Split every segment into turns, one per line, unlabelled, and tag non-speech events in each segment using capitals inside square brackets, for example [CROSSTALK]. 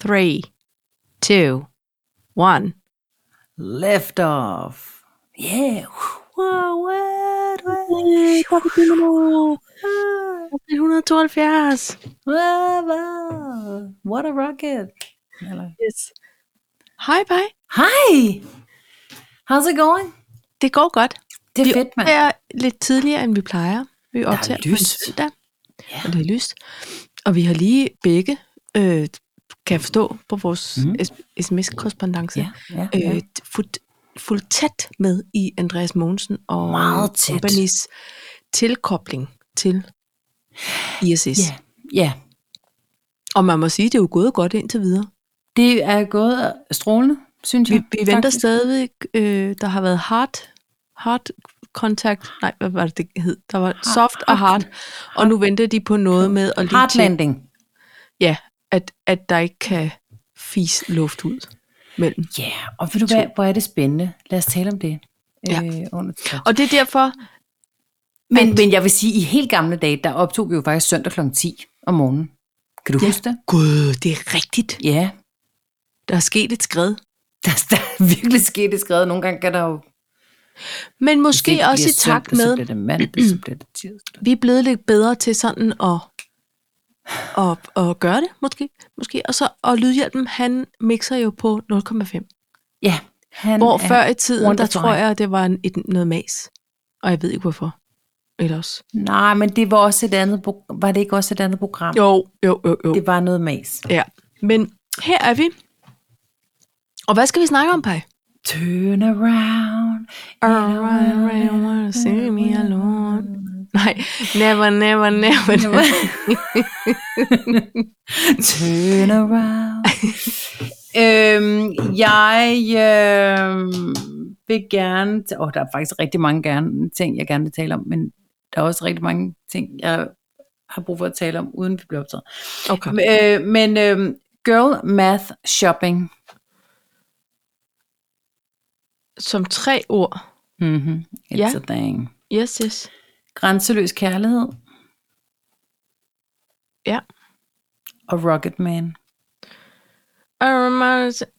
three, two, one.
Left off. Yeah. Wow, what, what?
172.
Wow, wow. What a rocket. Eller,
Yes. Hej, hej.
Hej. How's it going?
Det går godt.
Det er
Vi
fedt, mand.
optager lidt tidligere, end vi plejer. Vi optager på en
lyst.
søndag,
Ja.
og det er lyst. Og vi har lige begge, øh, kan jeg forstå på vores
Mhm.
mm. sms-korrespondence,
Ja, ja, ja.
øh, fuldt, fuldt tæt med i Andreas Mogensen og
Meget tæt.
Kompanys tilkobling til ISS.
Ja. ja.
Og man må sige, at det er jo gået godt indtil videre.
Det er gået øh, strålende, synes
Vi,
jeg.
vi venter
faktisk.
stadigvæk, øh, der har været hard, hard contact, nej, hvad var det, det hed? Der var soft og hard, og nu venter de på noget med at lige
Hard
tjekke,
landing.
ja, at, at der ikke kan fis luft ud mellem.
Ja, yeah. og ved du hvad, hvor er det spændende. Lad os tale om det.
Ja.
Øh, under
Og det er derfor,
Men,
at-
men jeg vil sige, i helt gamle dage, der optog vi jo faktisk søndag kl. 10 om morgenen. Kan du
Ja.
ja. huske det?
gud, det er rigtigt,
Ja. [LAUGHS]
der er sket et skred.
Der, der er virkelig sket det skrevet. Nogle gange kan der jo...
Men måske
Hvis det
også i
bliver
takt
søndag,
med,
Så
Mm.
bliver det mandag, så bliver det tirsdag.
vi er blevet lidt bedre til sådan at, at, at gøre det, måske. måske. Og, så, og Lydhjælpen, han mixer jo på 0,5.
Ja. Han
Hvor
er-
før i tiden, der
wonderful.
tror jeg, det var en, et, noget mas. Og jeg ved ikke, hvorfor. Ellers.
Nej, men det var også et andet... pro- Var det ikke også et andet program?
Jo, jo, jo, jo.
Det var noget mas.
Ja. Men her er vi. Og hvad skal vi snakke om, Paj?
Turn around.
See me alone. Nej, never, never, [LAUGHS] never. never.
Turn around. øhm, jeg øh, vil gerne... Åh, oh, der er faktisk rigtig mange gerne, ting, jeg gerne vil tale om, men der er også rigtig mange ting, jeg har brug for at tale om, uden vi bliver optaget.
Okay.
Øh, men øh, girl math shopping.
Som tre ord.
Mm-hmm. It's
Ja.
a thing.
Yes, yes.
Grænseløs kærlighed.
Ja.
Og Rocket Man.
Um,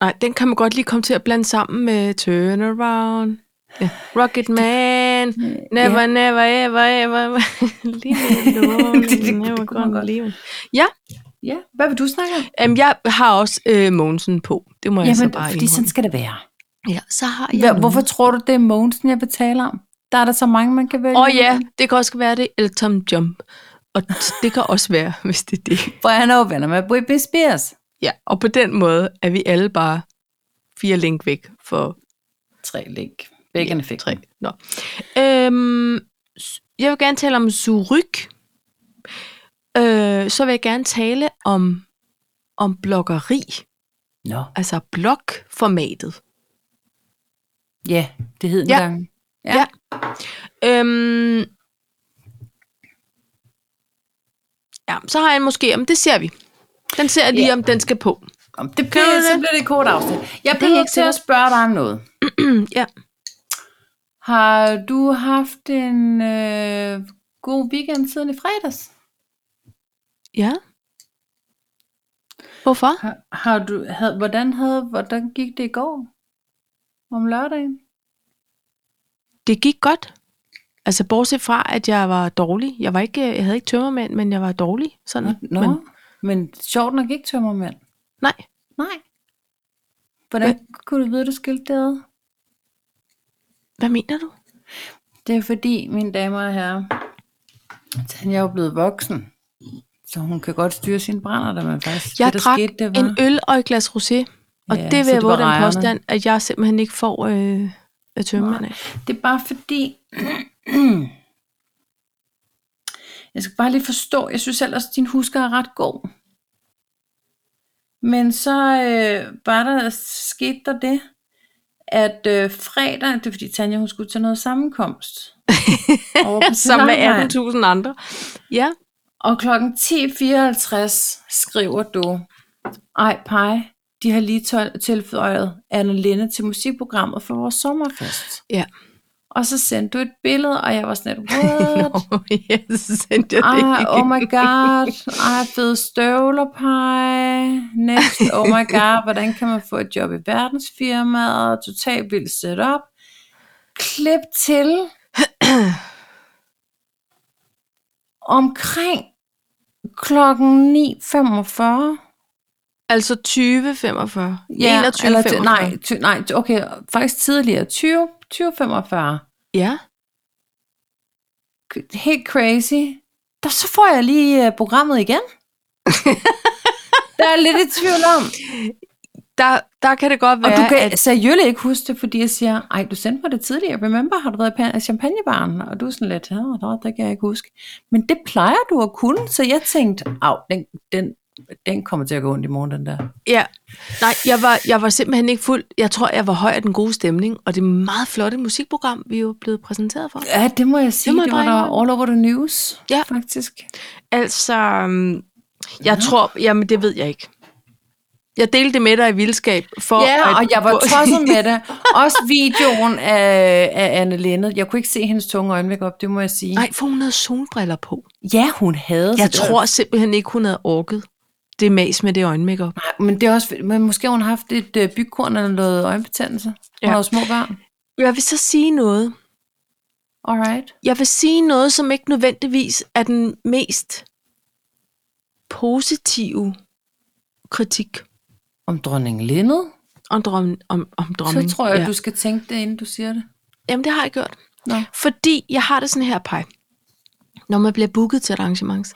nej, den kan man godt lige komme til at blande sammen med Turnaround. Ja. Rocket Man. Never, yeah. never, ever, ever. [LAUGHS] Leave me alone.
[LAUGHS] Det- det- det
never
kunne man
gonna
godt.
leave. Ja,
Ja, hvad vil du snakke om?
um, jeg har også øh, Mogensen på. Det må jeg så bare
fordi sådan
indrømme.
skal det være.
Ja, så har jeg
Hva,
nogen.
hvorfor tror du, det er Mogensen, jeg vil tale om? Der er der så mange, man kan vælge.
Åh oh, ja, det kan også være det. Eller Tom Jump. Og det kan også være, [LAUGHS] hvis det er det.
For han er jo venner med Britney Spears.
Ja, og på den måde er vi alle bare fire link væk for
Tre link. Begge ja, fik.
tre. Nå. Øhm, s- jeg vil gerne tale om Zurich. Øh, så vil jeg gerne tale om, om bloggeri,
Nå.
altså blogformatet.
Ja, det hed
Ja.
ja. engang. Ja.
Ja. Øhm, ja, så har jeg en måske, om det ser vi. Den ser jeg lige,
Ja.
om den skal på.
Om det
Kan du
bliver, så
det?
bliver det et kort afsnit. Jeg
er
bliver
ikke
ikke til at spørge dig om [CLEARS THROAT] noget.
ja.
Har du haft en øh, god weekend siden i fredags?
Ja. Hvorfor?
Har, har du, havde, hvordan, havde, hvordan gik det i går? Om lørdagen?
Det gik godt. Altså bortset fra, at jeg var dårlig. Jeg, var ikke, øh, jeg havde ikke tømmermænd, men jeg var dårlig. Sådan.
Nå,
Men,
Mm. men, men sjovt nok ikke tømmermand.
nej.
Nej. Hvordan kunne du vide, du skilte det ad?
Hvad mener du?
Det er fordi, mine damer og herrer, Tanja er jo blevet voksen. Så hun kan godt styre sine brænder, da man faktisk...
Jeg
det, der
drak
skete, det var,
En øl og et glas rosé. Og
Ja,
ja, det vil
så
jeg
det
våge
var
den
rejerne.
påstand, at jeg simpelthen ikke får øh, øh, tømmermænd af.
Det er bare fordi... [CLEARS THROAT] jeg skal bare lige forstå, jeg synes ellers, din husker er ret god. Men så øh, var der, skete der det, at øh, fredag, det er fordi Tanja, hun skulle til noget sammenkomst. over på
[LAUGHS] Som med
Tilangvejen.
18.000 andre. Ja.
Og klokken 10.54 skriver du, ej pej, de har lige tol- tilføjet Anna Linde til musikprogrammet for vores sommerfest.
Ja.
Og så sendte du et billede, og jeg var sådan lidt, what?
[LAUGHS] Nå, yes, sendte jeg det [LAUGHS]
Ej,
ikke.
oh my god, ej, fede støvler, pej. Next, oh my god, hvordan kan man få et job i verdensfirmaet? Totalt vildt setup. Klip til. Omkring klokken 9.45.
Altså 2045. Ja, 21,
eller ty- nej, ty- nej, okay, faktisk tidligere. 20, 20.45.
Ja.
helt crazy. Der, så får jeg lige øh, programmet igen. [LAUGHS] der er jeg lidt i tvivl om.
Der, der kan det godt
Og
være,
du kan
at
at... seriøst ikke huske det, fordi jeg siger, ej, du sendte mig det tidligere. Remember, har du været i pa- champagnebaren? Og du er sådan lidt, ja, der, der kan jeg ikke huske. Men det plejer du at kunne, så jeg tænkte, au, den, den, den kommer til at gå ondt i morgen, den der.
Ja. Nej, jeg var, jeg var simpelthen ikke fuld. Jeg tror, jeg var høj af den gode stemning, og det meget flotte musikprogram, vi er jo blevet præsenteret for.
Ja, det må jeg sige.
Det må
Det, det var
jeg
der
indrømme.
all over the news,
Ja.
faktisk.
Altså, øhm, jeg tror, jamen det ved jeg ikke. Jeg delte det med dig i vildskab. For
Ja,
at,
og jeg [LAUGHS] var tosset med det. Også videoen af, af Anne Linnet. Jeg kunne ikke se hendes tunge øjenvæk op, det må jeg sige.
[LAUGHS] Nej, for hun havde solbriller på.
Ja, hun havde. så
Jeg
det var-
tror simpelthen ikke, hun havde orket det mas med det øjenmakeup.
Nej, men det er også, men måske har hun haft et øh, bygkorn eller noget øjenbetændelse. Hun
Ja.
har jo små børn.
Jeg vil så sige noget.
Alright.
Jeg vil sige noget, som ikke nødvendigvis er den mest positive kritik
Om dronning Linnet,
om, drømmen, om, om drømmen.
så tror jeg, ja. du skal tænke det, inden du siger det.
Jamen, det har jeg gjort.
Nå.
Fordi jeg har det sådan her, Paj. Når man bliver booket til et arrangement,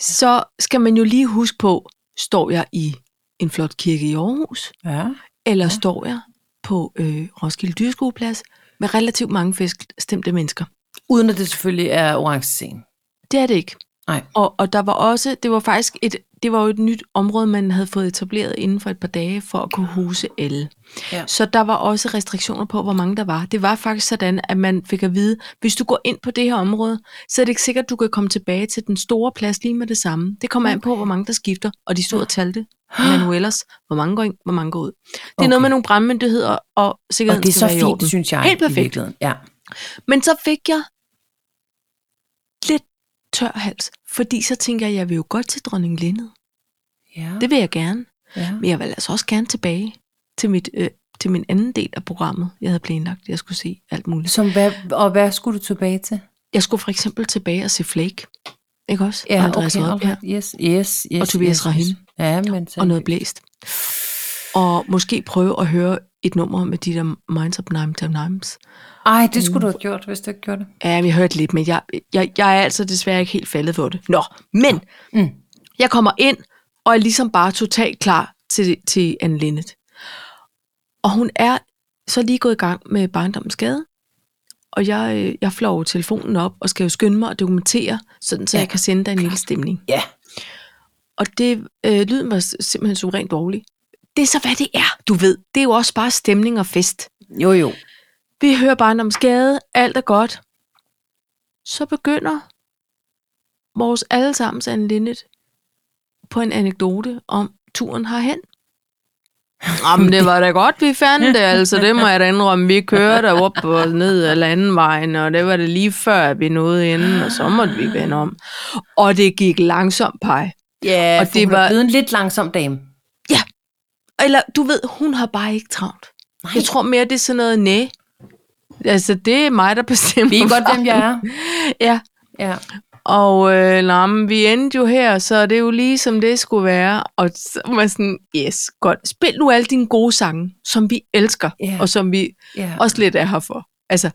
så skal man jo lige huske på, står jeg i en flot kirke i Aarhus,
Ja.
eller ja. står jeg på øh, Roskilde Dyrskueplads med relativt mange feststemte mennesker.
Uden at det selvfølgelig er orange scene.
Det er det ikke.
Nej.
Og, og der var også, det var faktisk et, det var jo et nyt område, man havde fået etableret inden for et par dage, for at kunne huse alle.
Ja.
Så der var også restriktioner på, hvor mange der var. Det var faktisk sådan, at man fik at vide, hvis du går ind på det her område, så er det ikke sikkert, at du kan komme tilbage til den store plads lige med det samme. Det kommer okay. an på, hvor mange der skifter, og de stod og talte
[GASPS]
manuellers, hvor mange går ind, hvor mange går ud. Det er okay.
Okay.
noget med nogle brandmyndigheder, og
Og
sikkerheden
det er
skal
så
være i orden.
fint, synes jeg.
Helt perfekt.
I virkeligheden. Ja.
Men så fik jeg lidt tør hals, fordi så tænker jeg, jeg vil jo godt til dronning Lindet.
Ja.
Det vil jeg gerne.
ja.
Men jeg vil altså også gerne tilbage til, mit, øh, til min anden del af programmet, jeg havde planlagt, jeg skulle se alt muligt.
Som hvad, og hvad skulle du tilbage til?
Jeg skulle for eksempel tilbage og se Flake. Ikke også?
Ja,
Og
okay.
Andreas Odbjerg.
alright. Yes, yes, yes.
Og Tobias
yes,
Rahim.
yes. Ja, men så...
Og noget blæst. Og måske prøve at høre et nummer med de der Minds of Nine to Nimes.
Ej, det skulle du have gjort, hvis du ikke gjorde det.
Ja, vi hørte lidt, men jeg, jeg, jeg er altså desværre ikke helt faldet for det. Nå, men
Mm.
jeg kommer ind og er ligesom bare totalt klar til, til Anne Linnet. Og hun er så lige gået i gang med barndommens skade. Og jeg, øh, jeg flår jo telefonen op og skal jo skynde mig og dokumentere, sådan så ja,
Ja,
jeg kan sende dig en lille stemning.
Ja.
Og det, øh, lyden var s- simpelthen suverænt dårlig. Det er så, hvad det er, du ved. Det er jo også bare stemning og fest.
Jo, jo.
Vi hører barndomsgade, alt er godt. Så begynder vores allesammens Anne Linnet på en anekdote om turen herhen. Jamen, det var da godt, vi fandt [LAUGHS] det, altså det må jeg da indrømme. Vi kørte op og ned ad landevejen, og det var det lige før, at vi nåede inden, og så måtte vi vende om. Og det gik langsomt, pej.
Ja,
Og
og
det
det var
var-
blevet en lidt langsom dame.
Eller, du ved, hun har bare ikke travlt. Nej. Jeg tror mere, det er sådan noget, nej. Altså, det er mig, der bestemmer.
Ved I godt, hvem [LAUGHS] jeg er?
Ja,
Ja.
Og øh, nå, men vi endte jo her, så det er jo lige som det skulle være. Og så var jeg sådan, yes, godt. Spil nu alle dine gode sange, som vi elsker,
Ja.
og som vi
ja.
også lidt er her for. Altså,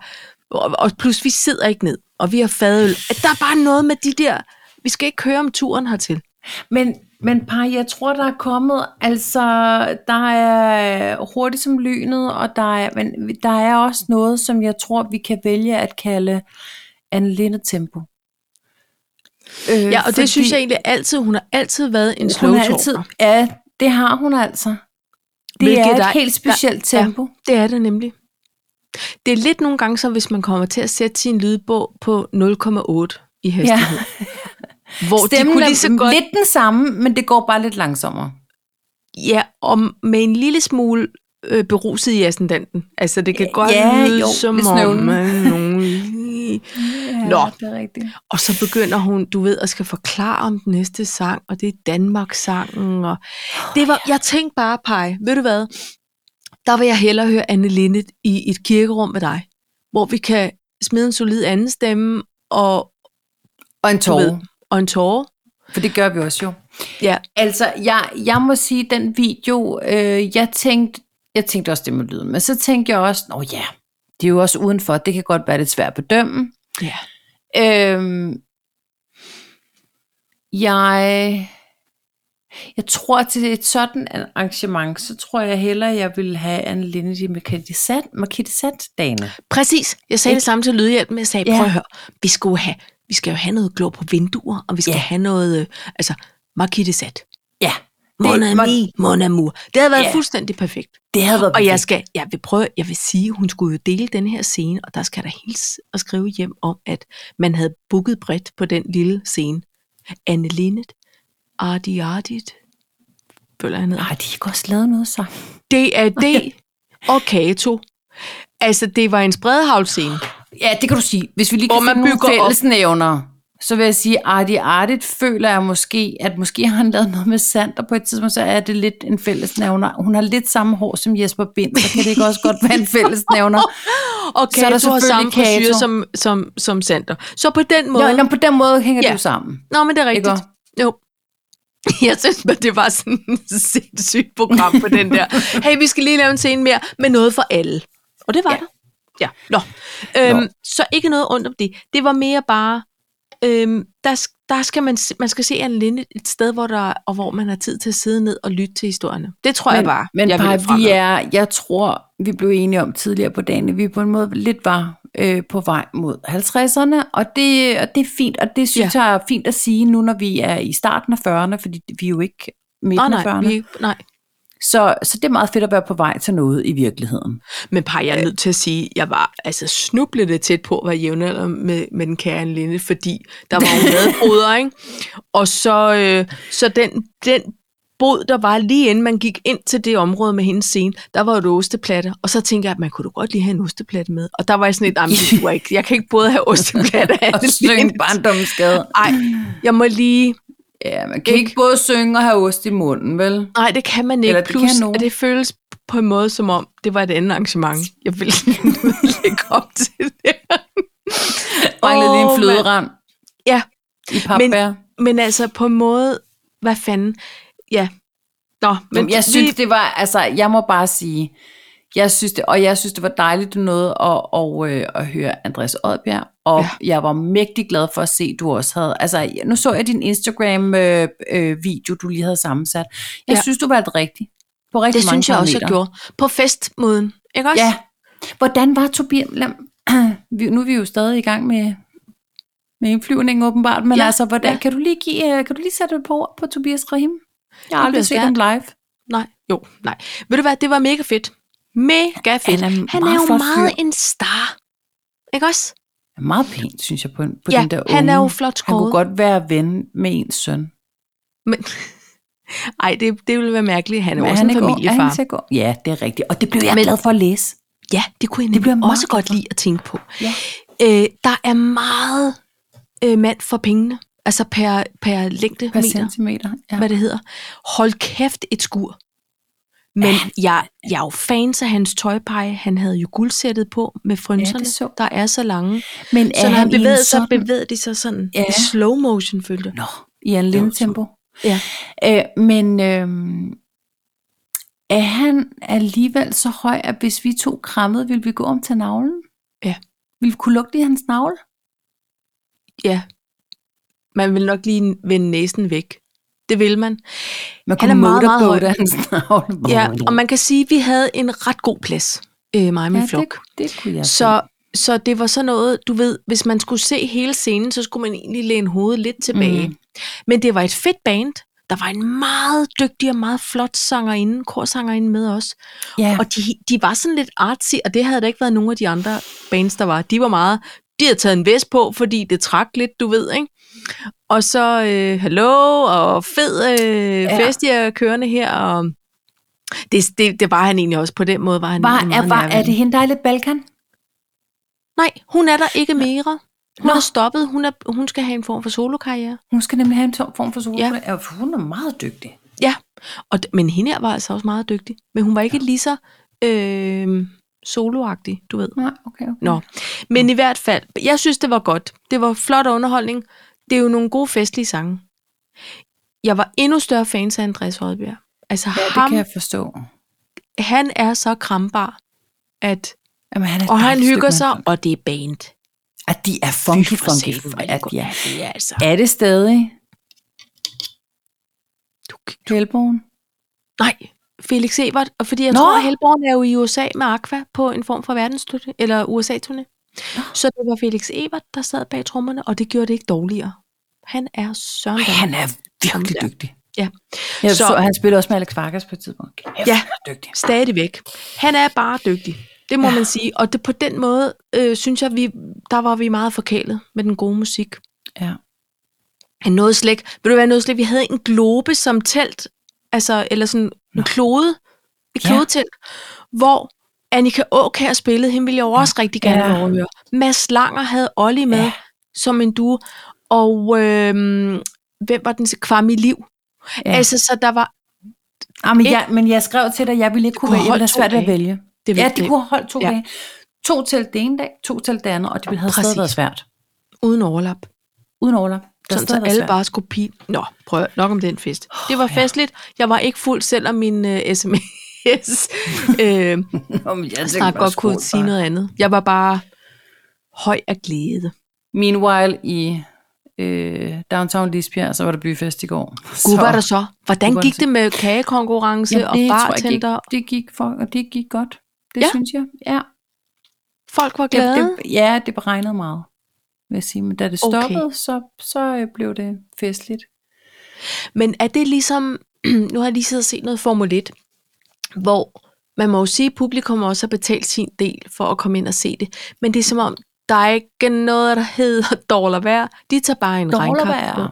og, og plus, vi sidder ikke ned, og vi har fadøl. At Der er bare noget med de der, vi skal ikke høre om turen hertil.
Men, men par, jeg tror, der er kommet, altså, der er hurtigt som lynet, og der er, men der er også noget, som jeg tror, vi kan vælge at kalde Anne Linde Tempo. Øh,
Ja, og det synes jeg egentlig altid, hun har altid været en slow
hun har altid, Ja, det har hun altså. Det
Hvilket
er et
der-
helt specielt
der- ja.
tempo.
Det er det nemlig. Det er lidt nogle gange så, hvis man kommer til at sætte sin lydbog på 0,8 i hastighed. Ja. Hvor de
Stemmen
kunne lige så
er
godt
lidt den samme, men det går bare lidt langsommere.
Ja, og med en lille smule øh, beruset i ascendanten. Altså, det kan godt
Ja,
lyde
jo,
som
med
om,
snøvlen.
at nogen i.
Ja,
Nå.
det er rigtigt.
Og så begynder hun, du ved, at skal forklare om den næste sang, og det er Danmarks-sangen. Og det var, jeg tænkte bare, Paj, ved du hvad? Der vil jeg hellere høre Anne Lindet i et kirkerum med dig, hvor vi kan smide en solid anden stemme og,
Og en
du ved,
tårer,
og en tårer.
for det gør vi også jo.
Ja,
Altså, jeg, jeg må sige, den video, øh, jeg tænkte, jeg tænkte også det med lyden, men så tænkte jeg også, nå ja, det er jo også udenfor, det kan godt være lidt svært at bedømme.
ja.
Øhm, jeg, jeg tror, til et sådan arrangement, så tror jeg hellere, jeg ville have Anne Lindy med Kitty Sat, med Kitty Sat dagene.
Præcis. Jeg sagde det samme til lydhjælpen, jeg sagde,
Ja.
prøv at høre, vi, skulle have, vi skal jo have noget glå på vinduer, og vi skal
Ja.
have noget, øh, altså, Markitte Sat.
Ja,
Mon ami, mon amour. Det havde været
Ja.
fuldstændig perfekt.
det havde været
Og jeg
perfekt.
skal, jeg vil prøve, jeg vil sige, hun skulle jo dele den her scene, og der skal der hilse og skrive hjem om, at man havde booket bredt på den lille scene. Anne Linnet, Ardi Ardit, føler jeg ned.
Ej, de har ikke også lavet noget sammen.
DAD [LAUGHS] og Kato. Altså, det var en spredehavlscene.
Ja, det kan du sige. Hvis vi lige
Hvor
kan
man
finde nogle
bygger op.
fællesnævner, så vil jeg sige, Artie Artit føler jeg måske, at måske har han lavet noget med Sander på et tidspunkt, så er det lidt en fællesnævner. Hun har lidt samme hår som Jesper Bind, så kan det ikke også godt være en
[LAUGHS]
fællesnævner.
Og
Så er der
Kato har
selvfølgelig
samme frisyr
Kato.
som, som, som Sander. Så på den måde...
Nå, nå, på den måde hænger ja.
Ja.
det jo sammen.
Nå, men det er
Ikke
rigtigt. Jo. [LAUGHS] Jeg synes, men det var sådan et sindssygt program på den
[LAUGHS]
der. Hey, vi skal lige lave en scene mere med noget for alle. Og det var ja.
Ja.
der. Ja. Nå. Øhm, Så ikke noget ondt om det. Det var mere bare, øhm, der, sk- der skal man, se- man skal se Anne Linde et sted, hvor der, og hvor man har tid til at sidde ned og lytte til historierne. Det tror jeg
Men,
bare,
men
jeg ville
Paj, vi
fremad.
er, jeg tror, vi blev enige om tidligere på dagen, at vi på en måde lidt var øh, på vej mod 50'erne, og det, og det er fint, og det synes ja. jeg er fint at sige nu, når vi er i starten af 40'erne, fordi vi er jo ikke midten
Åh,
af 40'erne.
nej, vi, nej.
Så, så det er meget fedt at være på vej til noget i [LAUGHS] virkeligheden.
Men par,
Øh.
jeg er nødt til at sige, jeg var altså snublende tæt på at være jævnalder med, med den kære Anne Linde, fordi der var
[LAUGHS]
jo madboder, ikke? Og så, øh, så den, den bod, der var lige inden man gik ind til det område med hendes scene, der var jo et osteplatte, og så tænkte jeg, at man kunne da godt lige have en osteplatte med. Og der var jeg sådan et, "Ej, men det duer ikke. Jeg kan ikke både have
[LAUGHS]
osteplatte og
Og
Anne
synge
Linde."
barndomsskade.
Ej, jeg må lige...
Ja, man kan ikke. ikke både synge og have ost i munden, vel?
Nej, det kan man ikke.
Eller det
Plus,
kan nogen.
at det føles på en måde, som om det var et andet arrangement. Jeg ville [LAUGHS] ville ikke komme til det.
Manglede oh, lige
Åh,
en fløderam
Ja,
i papbær. Men,
men altså på en måde, hvad fanden? Ja. Nå, men
men jeg
vi-
synes, det var, altså, jeg må bare sige, jeg synes det, og jeg synes, det var dejligt, du nåede at, og, øh, at høre Andreas Oddbjerg, og ja. jeg var mægtig glad for at se, du også havde, altså, nu så jeg din Instagram-video, øh, øh, video, du lige havde sammensat. Jeg
Ja.
ja. synes, du valgte rigtigt. På rigtig
det
mange
synes jeg også, jeg
parametre.
gjorde. På festmåden, ikke også?
Ja. Hvordan var Tobias... Lad- [CLEARS THROAT] vi- Nu er vi jo stadig i gang med, med indflyvningen åbenbart, men
Ja,
ja, altså, hvordan,
ja.
ja. kan, du lige give, øh, kan du lige sætte et par ord på Tobias Rahim? Jeg har
Det
aldrig
bliver
set ham live.
Nej, jo, nej. Ved du hvad, det var mega fedt. Mega fedt.
Han er en
han er
meget
jo
flot
meget
fyr.
en star. Ikke også?
Han er meget pænt, synes jeg, på, en- på
Ja,
den der unge.
han er jo flot
Han kunne
skåret.
godt være ven med ens søn.
Men, [LAUGHS] ej, det, det ville være mærkeligt. Han er jo
Men
også
han
en
ikke ung? Er
familiefar.
han så ikke ung? ja, det er rigtigt. Og det blev jeg
Men-
glad for at læse.
Ja, det kunne jeg
Det bliver
nemlig
meget
også godt lide at tænke på.
Ja.
Øh, der er meget øh, mand for pengene, altså per, per længde
Per
meter,
centimeter. Ja.
hvad det hedder. Hold kæft et skur. Men jeg, jeg er jo fans af hans tøjpege. Han havde jo guldsættet på med frynserne,
så.
der er så lange.
Men
Så når han
i en
bevægede sig,
sådan-
bevægede de sig sådan
Ja.
i slow motion, følte jeg.
Nå, i en lille tempo.
Ja.
Øh, men øh, er han alligevel så høj, at hvis vi to krammede, ville vi gå om til navlen?
Ja.
Ville vi kunne lugte i hans navle?
ja. Man vil nok lige vende næsen væk. Det vil man.
Man
Han er meget, meget
motorboate hans navle.
Ja, og man kan sige, at vi havde en ret god plads, øh, mig og min
ja,
flok.
det, det kunne jeg
Så, så det var sådan noget, du ved, hvis man skulle se hele scenen, så skulle man egentlig læne hovedet lidt tilbage. Mm.
Mm.
Men det var et fedt band. Der var en meget dygtig og meget flot sangerinde, korsangerinde med os.
se. ja.
Og de, de var sådan lidt artsy, og det havde der ikke været nogen af de andre bands, der var. De var meget, de havde taget en vest på, fordi det trak lidt, du ved, ikke? Og så, øh, hallo, og fed øh, ja.
Ja.
fest, jeg er kørende her, og det, det, det var han egentlig også. På den måde var han
var,
egentlig
er,
meget
var, er
nærværende.
det hende, der er lidt Balkan?
Nej, hun er der ikke mere. Hun Nå. er stoppet. Hun, er, hun skal have en form for solokarriere.
Hun skal nemlig have en tom form for solbriller. Ja. for Hun er meget dygtig.
Ja, og, d- men hende her var altså også meget dygtig. Men hun var ikke ja. lige så øh, soloagtig, du ved.
Nej, okay, okay.
Nå, men i hvert fald, jeg synes, det var godt. Det var flot underholdning. Det er jo nogle gode festlige sange. Jeg var endnu større fan af Andreas Rødbjerg. Altså
Ja, det
ham,
kan jeg forstå.
han er så krambar, at,
Jamen, han er et
og han
dejligt
hygger
stykke
sig,
menneske.
og det er band.
At de er funky, funky,
satan, hvor er
funky. At
det godt.
de
Ja,
er.
det er altså.
er det stadig
Du,
Kjellbogen?
nej, Felix Ebert, og fordi jeg Nå.
Nå!
tror, at Hellborn er jo i USA med Aqua på en form for verdensturné, eller USA-turné. Så det var Felix Ebert, der sad bag trommerne, og det gjorde det ikke dårligere. Han er søren
Ej,
dygtig.
han er virkelig
Ham der.
dygtig.
Ja.
Jeg
Så-
så, han spillede også med Alex Vargas på et tidspunkt. Kæft,
Ja.
ja. han er dygtig.
stadigvæk. Han er bare dygtig. Det må ja. man sige. Og det, på den måde, øh, synes jeg, vi, der var vi meget forkælet med den gode musik.
Ja.
Han nåede slet ikke, ved du hvad, han nåede slet ikke, vi havde en globe som telt, altså, eller sådan en klode, et
Ja.
klodetelt, hvor Annika Åkær spillede, hende ville jeg jo også rigtig gerne
Ja.
ja. overhøre. Mads Langer havde Olli med
Ja.
ja. som en duo, og øhm, hvem var den? Kvami Liv. Ja.
Ja.
Altså, så der var...
Ah, men,
Ikke-
jeg, men jeg skrev til dig, jeg ville ikke kunne,
kunne
vælge, jeg ville
holde
have svært
to
ved at
dage.
vælge.
Det
ja,
ville
de
det.
kunne holde to
Ja.
ja. dage. To til det ene dag, to til det andet, og det ville have stadig
Præcis.
været svært.
Uden overlap.
Uden overlap. Det havde
Sådan, så
stadig været
alle
svært.
bare skulle pige. Nå, prøv at- nok om den fest. Det var
ja.
festligt. Jeg var ikke fuld, selvom min uh,
[LAUGHS]
sms øh,
Nå, men jeg tænkte
snart
bare,
godt
skål
kunne sige
bare.
noget andet. Jeg var bare høj af glæde.
Meanwhile i øh, Downtown Lisbjerg, så var der byfest i går.
Gud, var der så. Hvordan
Gud, var der
gik
så.
det med kagekonkurrence
Jamen,
og
det tror jeg
bartender?
gik, det gik for, og det gik godt. Det
Ja.
ja. synes jeg. Ja.
Folk var
Det,
glade.
det, ja, det beregnede meget, vil jeg sige. Men da det
Okay.
stoppede, okay. så, så øh, blev det festligt.
Men er det ligesom, [CLEARS THROAT] nu har jeg lige siddet og set noget Formel 1, hvor man må jo sige, at publikum også har betalt sin del for at komme ind og se det. Men det er som om, der er ikke noget, der hedder [LAUGHS] dårlig vejr. De tager bare en regnkamp på.
Dårligere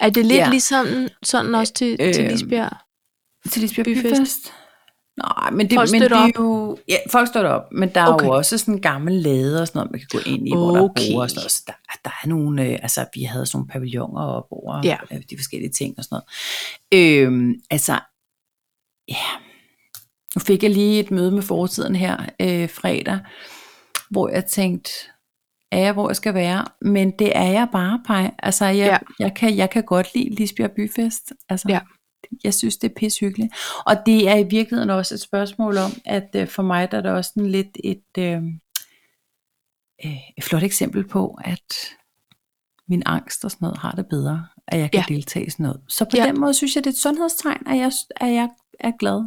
Er det lidt ja.
Ja.
ligesom sådan også til, øh, til
Øh,
Lisbjerg?
til Lisbjerg
Byfest.
Byfest. Nej, men det,
Folk
men det
støtter
er jo... Ja, folk står op, men der okay.
Okay.
er jo også sådan en gammel lade og sådan noget, man kan gå ind i, okay. hvor der
Okay.
er borde og sådan noget. Så der, der er nogle... Øh, altså, vi havde sådan nogle pavilloner og borde
Ja.
øh, de forskellige ting og sådan noget. Øhm, altså, ja... Nu fik jeg lige et møde med fortiden her øh, fredag, hvor jeg tænkte, er jeg, hvor jeg skal være? Men det er jeg bare, Paj. Altså, jeg,
Ja.
ja. jeg, kan, jeg kan godt lide Lisbjerg Byfest. Altså,
Ja.
jeg synes, det er pishyggeligt. Og det er i virkeligheden også et spørgsmål om, at øh, for mig der er det også sådan lidt et, øh, øh, et flot eksempel på, at min angst og sådan noget har det bedre, at jeg kan
Ja.
ja. deltage i sådan noget. Så på
Ja.
ja. den måde synes jeg, det er et sundhedstegn, at jeg, at jeg er glad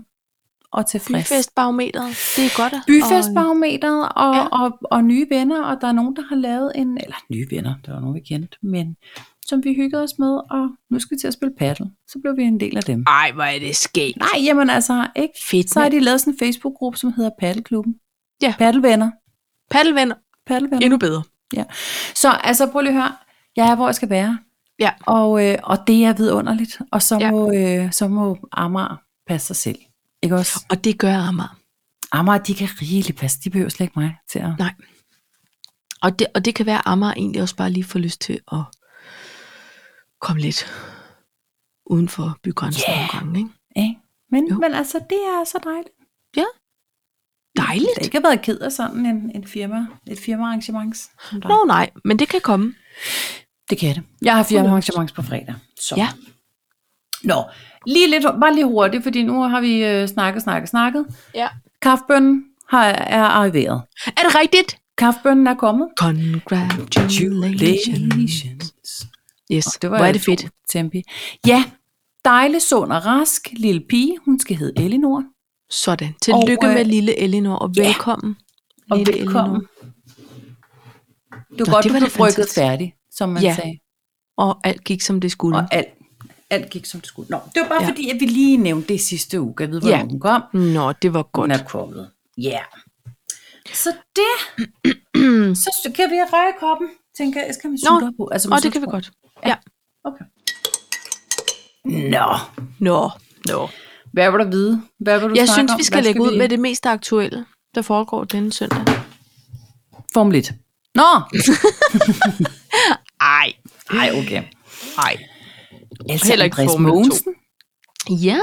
og tilfreds.
Byfestbarometeret, det er godt. at-
Byfestbarometeret og,
Ja.
ja. og, og nye venner, og der er nogen, der har lavet en, eller nye venner, der var nogen, vi kendte, men som vi hyggede os med, og nu skal vi til at spille paddle. Så blev vi en del af dem.
Og... Ej, hvor er det skægt.
Nej, jamen altså, ikke?
Fedt.
Så har de lavet sådan en Facebook-gruppe, som hedder Paddelklubben.
Ja.
Paddelvenner.
Paddelvenner,
Paddelvenner.
endnu bedre.
Så altså, prøv lige at høre. Jeg er, hvor jeg skal være.
Ja.
Og, øh, og det er vidunderligt. Og så,
Ja.
ja. må, øh, så må Amager passe sig selv. Ikke også?
Og det gør Amager.
Amager, de kan rigeligt passe. De behøver slet ikke mig til at...
Nej. Og det, og det kan være, at Amager egentlig også bare lige får lyst til at komme lidt uden for bygrænsen yeah.
Ja.
nogle gange. Ikke?
Ikke? Men,
Jo.
men altså, det er så dejligt.
Dejligt.
Det ikke har været ked af sådan en, en firma, et firmaarrangement. som der-
Nå nej, men det kan komme.
Det kan det. Jeg har firmaarrangement på fredag. Så.
Ja.
Nå, lige lidt, bare lige hurtigt, fordi nu har vi øh, snakket, snakket, snakket.
Ja.
Kaffebønnen har, er arriveret.
Er det rigtigt?
Kaffebønnen er kommet.
Congratulations. Yes, det var hvor er det fedt.
Tempi. Ja, dejlig, sund og rask lille pige. Hun skal hedde Elinor.
Sådan. Tillykke
Og, øh,
med lille Elinor, og
ja.
velkommen.
Og
lille
velkommen.
Elinor.
Det
Nå,
var
det
godt, det
var
var du
da
blev brygget
fantastisk.
færdig, som man
Ja.
ja. sagde.
Og alt gik, som det skulle.
Og alt, alt gik som det skulle. Nå, det var bare
Ja.
ja. fordi, at vi lige nævnte det sidste uge. Jeg ved, hvornår
Ja.
ja. hun kom.
Nå, det var godt.
Hun er kommet. Ja. Yeah. Så
[CLEARS THROAT]
det, så sy- kan vi røre i koppen, tænker jeg. Skal man
Nå.
sutter på? Altså,
Nå,
med
det kan vi
sutter på.
godt. Ja.
Okay. Nå,
Nå, nå.
hvad vil du vide? Hvad vil du
Jeg
snakke
synes,
om?
vi
Hvad
skal lægge ud
vi-
med det mest aktuelle, der foregår denne søndag.
Formel 1. Nå!
Ej,
Ej, okay.
ej.
Altså,
Heller ikke
Andreas
Formel 2.
Mogensen?
Ja,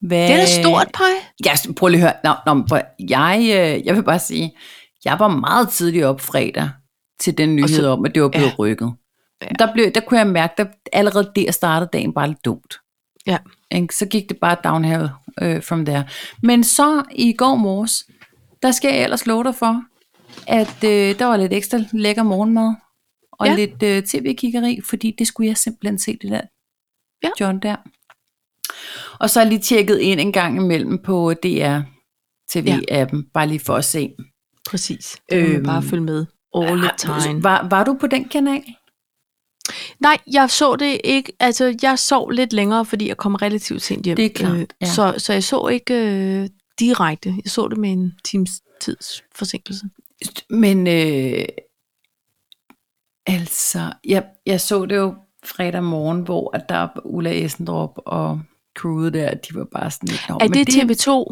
Hvad?
det er da
Øh,
stort, Paj.
Ja, s- prøv lige at høre. Nå, nå, men prøv, jeg, øh, jeg vil bare sige, jeg var meget tidlig op fredag til den nyhed
Og så-
så, om, at det var blevet
ja.
ja. rykket.
Ja.
Ja. Der, blev, der kunne jeg mærke, at allerede der startede dagen bare lidt dumt.
Ja.
Ikke? Så gik det bare downhill øh, from there. Men så i går morges, der skal jeg ellers love dig for, at øh, der var lidt ekstra lækker morgenmad og
Ja.
ja. lidt øh, tv-kiggeri, fordi det skulle jeg simpelthen se det der
Ja.
John der. Og så har jeg lige tjekket ind en gang imellem på DR TV-appen, ja. bare lige for at se.
Præcis. Det øhm, man
Øhm, ah,
bare
altså,
følge med. All the time.
Var, var du på den kanal?
Nej, jeg så det ikke. Altså, jeg sov lidt længere, fordi jeg kom relativt sent hjem. Øh,
Det er klart, ja.
så, så jeg så ikke øh, direkte. Jeg så det med en times tids forsinkelse.
Men øh, altså, jeg, jeg så det jo fredag morgen, hvor at der Ulla Essendrop og crewet der, de var bare sådan lidt... "Nå,
er
men
det TV2?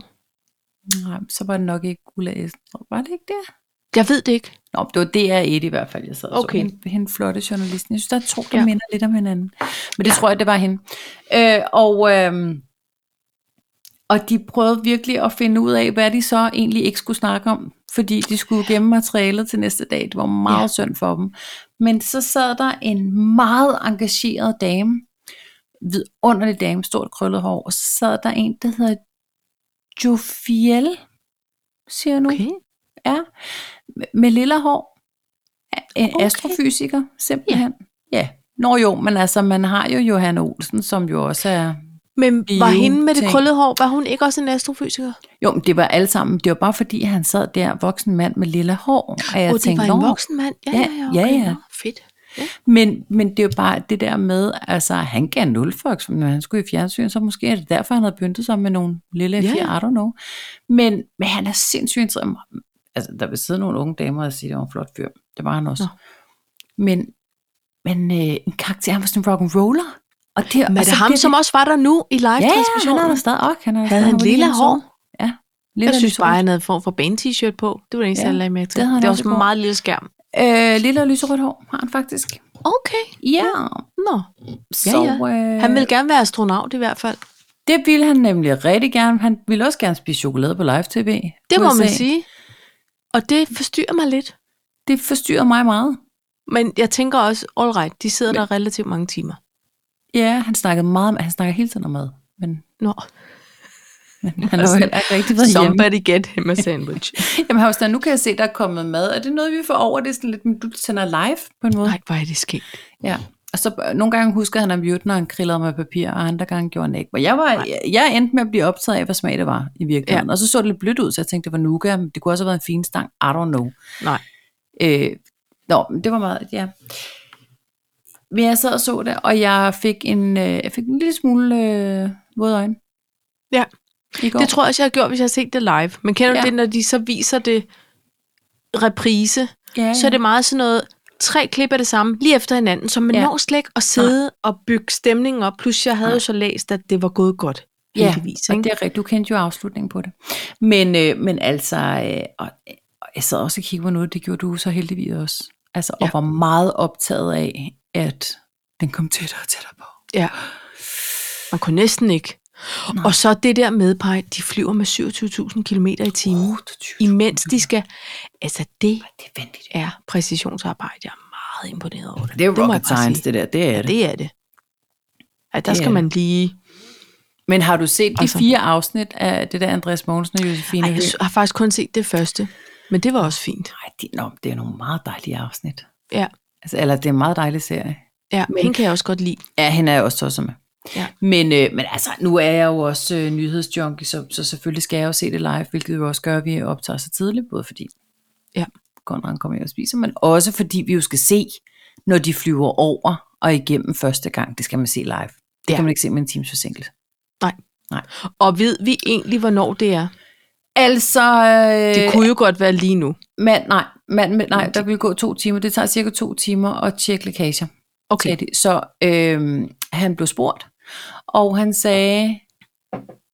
Nej, så var det nok ikke Ulla Essendrop. Var det ikke det?
Jeg ved det ikke.
Nå, det var DR1 i hvert fald, jeg sad og
Okay.
så. Hende, hende flotte journalisten. Jeg synes, der er to, der
Ja.
ja. minder lidt om hinanden. Men det ja. tror jeg, det var hende. Øh, og, øh, og de prøvede virkelig at finde ud af, hvad de så egentlig ikke skulle snakke om. Fordi de skulle gemme materialet til næste dag. Det var meget
Ja.
ja. synd for dem. Men så sad der en meget engageret dame. Vidunderlig dame, stort krøllet hår. Og så sad der en, der hedder Jofiel, siger jeg nu
Okay.
er med- med lilla hår. En
Okay.
okay. astrofysiker, simpelthen. Ja. ja. Nå jo, men altså, man har jo Johanne Olsen, som jo også er...
Men
Bio-
var hende med det
ting.
krøllede hår, var hun ikke også en astrofysiker?
Jo, men det var alle sammen. Det var bare fordi, han sad der, voksen mand med lilla hår. Og jeg
Åh, det
tænkte,
var en
"Nå."
voksen mand. Ja,
Ja,
ja, ja.
ja,
Okay,
ja.
nå, Fedt.
Men, men det er jo bare det der med, altså han gav 0 for eksempel, når han skulle i fjernsyn, så måske er det derfor, han havde pyntet sig med nogle lille
Ja,
yeah.
ja.
fjer, I don't know. Men, men han er sindssygt interesseret. Altså, der vil sidde nogle unge damer og sige, at det var en flot fyr. Det var han også.
Nå.
Men, men øh, en karakter, han var sådan en rock'n'roller. Og det,
Men er
og så
det ham,
bliver
som også var der nu i
Ja, ja, han
live-transmissionen?
er der stadig. Og, han er der
havde
stadig.
han
var lige
lilla
så-
hår?
Ja. Lilla
Jeg synes
lyserødt.
bare, han havde en form for band-t-shirt på. Det var det eneste,
Ja,
jeg lagde med til.
det havde han
Det var
også
sådan en
på.
meget lille skærm.
Øh, lille og lyserødt hår har han faktisk.
Okay,
Ja.
nå.
Så, Øh,
Han ville gerne være astronaut i hvert fald.
Det ville han nemlig rigtig gerne. Han ville også gerne spise chokolade på live-tv.
Det må
USA.
man sige. Og det forstyrrer mig lidt.
Det forstyrrer mig meget.
Men jeg tænker også, all right, de sidder der relativt mange timer.
Ja, han snakkede meget om, han snakker hele tiden om mad. [LAUGHS] Men,
Nå,
men han har jo heller ikke rigtig været hjemme.
somebody get him a
[LAUGHS]
sandwich.
Altså, Jamen, han var sådan, nu kan jeg se, der er kommet mad. Er det noget, vi får over? Det er sådan lidt, men du sender live på en måde.
Nej, hvor er det sket.
Ja. Og så øh, nogle gange husker han om mute, når han krillede med papir, og andre gange gjorde han ikke. Og jeg, var, jeg, jeg endte med at blive optaget af, hvad smag det var i virkeligheden. Ja. Og så så det lidt blødt ud, så jeg tænkte, det var nougat, men det kunne også have været en fin stang. I don't know.
Nej.
Øh, nå, men det var meget, ja. Men jeg sad og så det, og jeg fik en, øh, jeg fik en lille smule øh, våde øjne.
Ja.
I går.
Det tror jeg også, jeg har gjort, hvis jeg har set det live. Men kender du
Ja.
det, når de så viser det reprise,
ja, ja.
så er det meget sådan noget, tre klip af det samme, lige efter hinanden, så man ja.
Ja.
når slet ikke at sidde og bygge stemningen op. Plus, jeg havde jo så læst, at det var gået godt,
Ja,
heldigvis.
og
Ikke?
det er rigtigt. Du kendte jo afslutningen på det. Men, øh, men altså, øh, og, og jeg sad også og kiggede på noget, det gjorde du så heldigvis også. Altså, og
Ja.
var meget optaget af, at den kom tættere og tættere på.
Ja. Man kunne næsten ikke. Nej. Og så det der med, Paj, de flyver med 27.000 km i timen, oh, imens de skal... Altså, det
Det er vanvittigt.
er præcisionsarbejde. Jeg er meget imponeret over det.
Det er jo
må jeg
rocket
bare
science,
sige.
det der. Det er
Ja,
det.
det er det. Ja, der
Det
skal
er
man lige...
Men har du set de
Altså-
fire afsnit af det der Andreas Mogensen og Josefine
Ej,
Høgh?
jeg har faktisk kun set det første, men det var også fint.
Nej, det, nå, det er nogle meget dejlige afsnit.
Ja.
Altså, eller det er en meget dejlig serie.
Ja, men, hende kan jeg også godt lide.
Ja, hende er jeg også tosset med.
Ja.
Men, øh, men altså, nu er jeg jo også øh, nyhedsjunkie, så, så selvfølgelig skal jeg jo se det live, hvilket jo også gør, at vi optager så tidligt, både fordi
Ja.
Conrad kommer hjem og spiser, men også fordi vi jo skal se, når de flyver over og igennem første gang. Det skal man se live. Det
Ja.
ja. kan man ikke se med en times forsinkelse.
Og ved vi egentlig, hvornår det er?
Altså,
Det
øh,
kunne jo godt være lige nu.
mand, nej, mand, med, nej, der vil gå to timer. Det tager cirka to timer at tjekke lækager.
Okay,
sagde de. Så øh, han blev spurgt, og han sagde,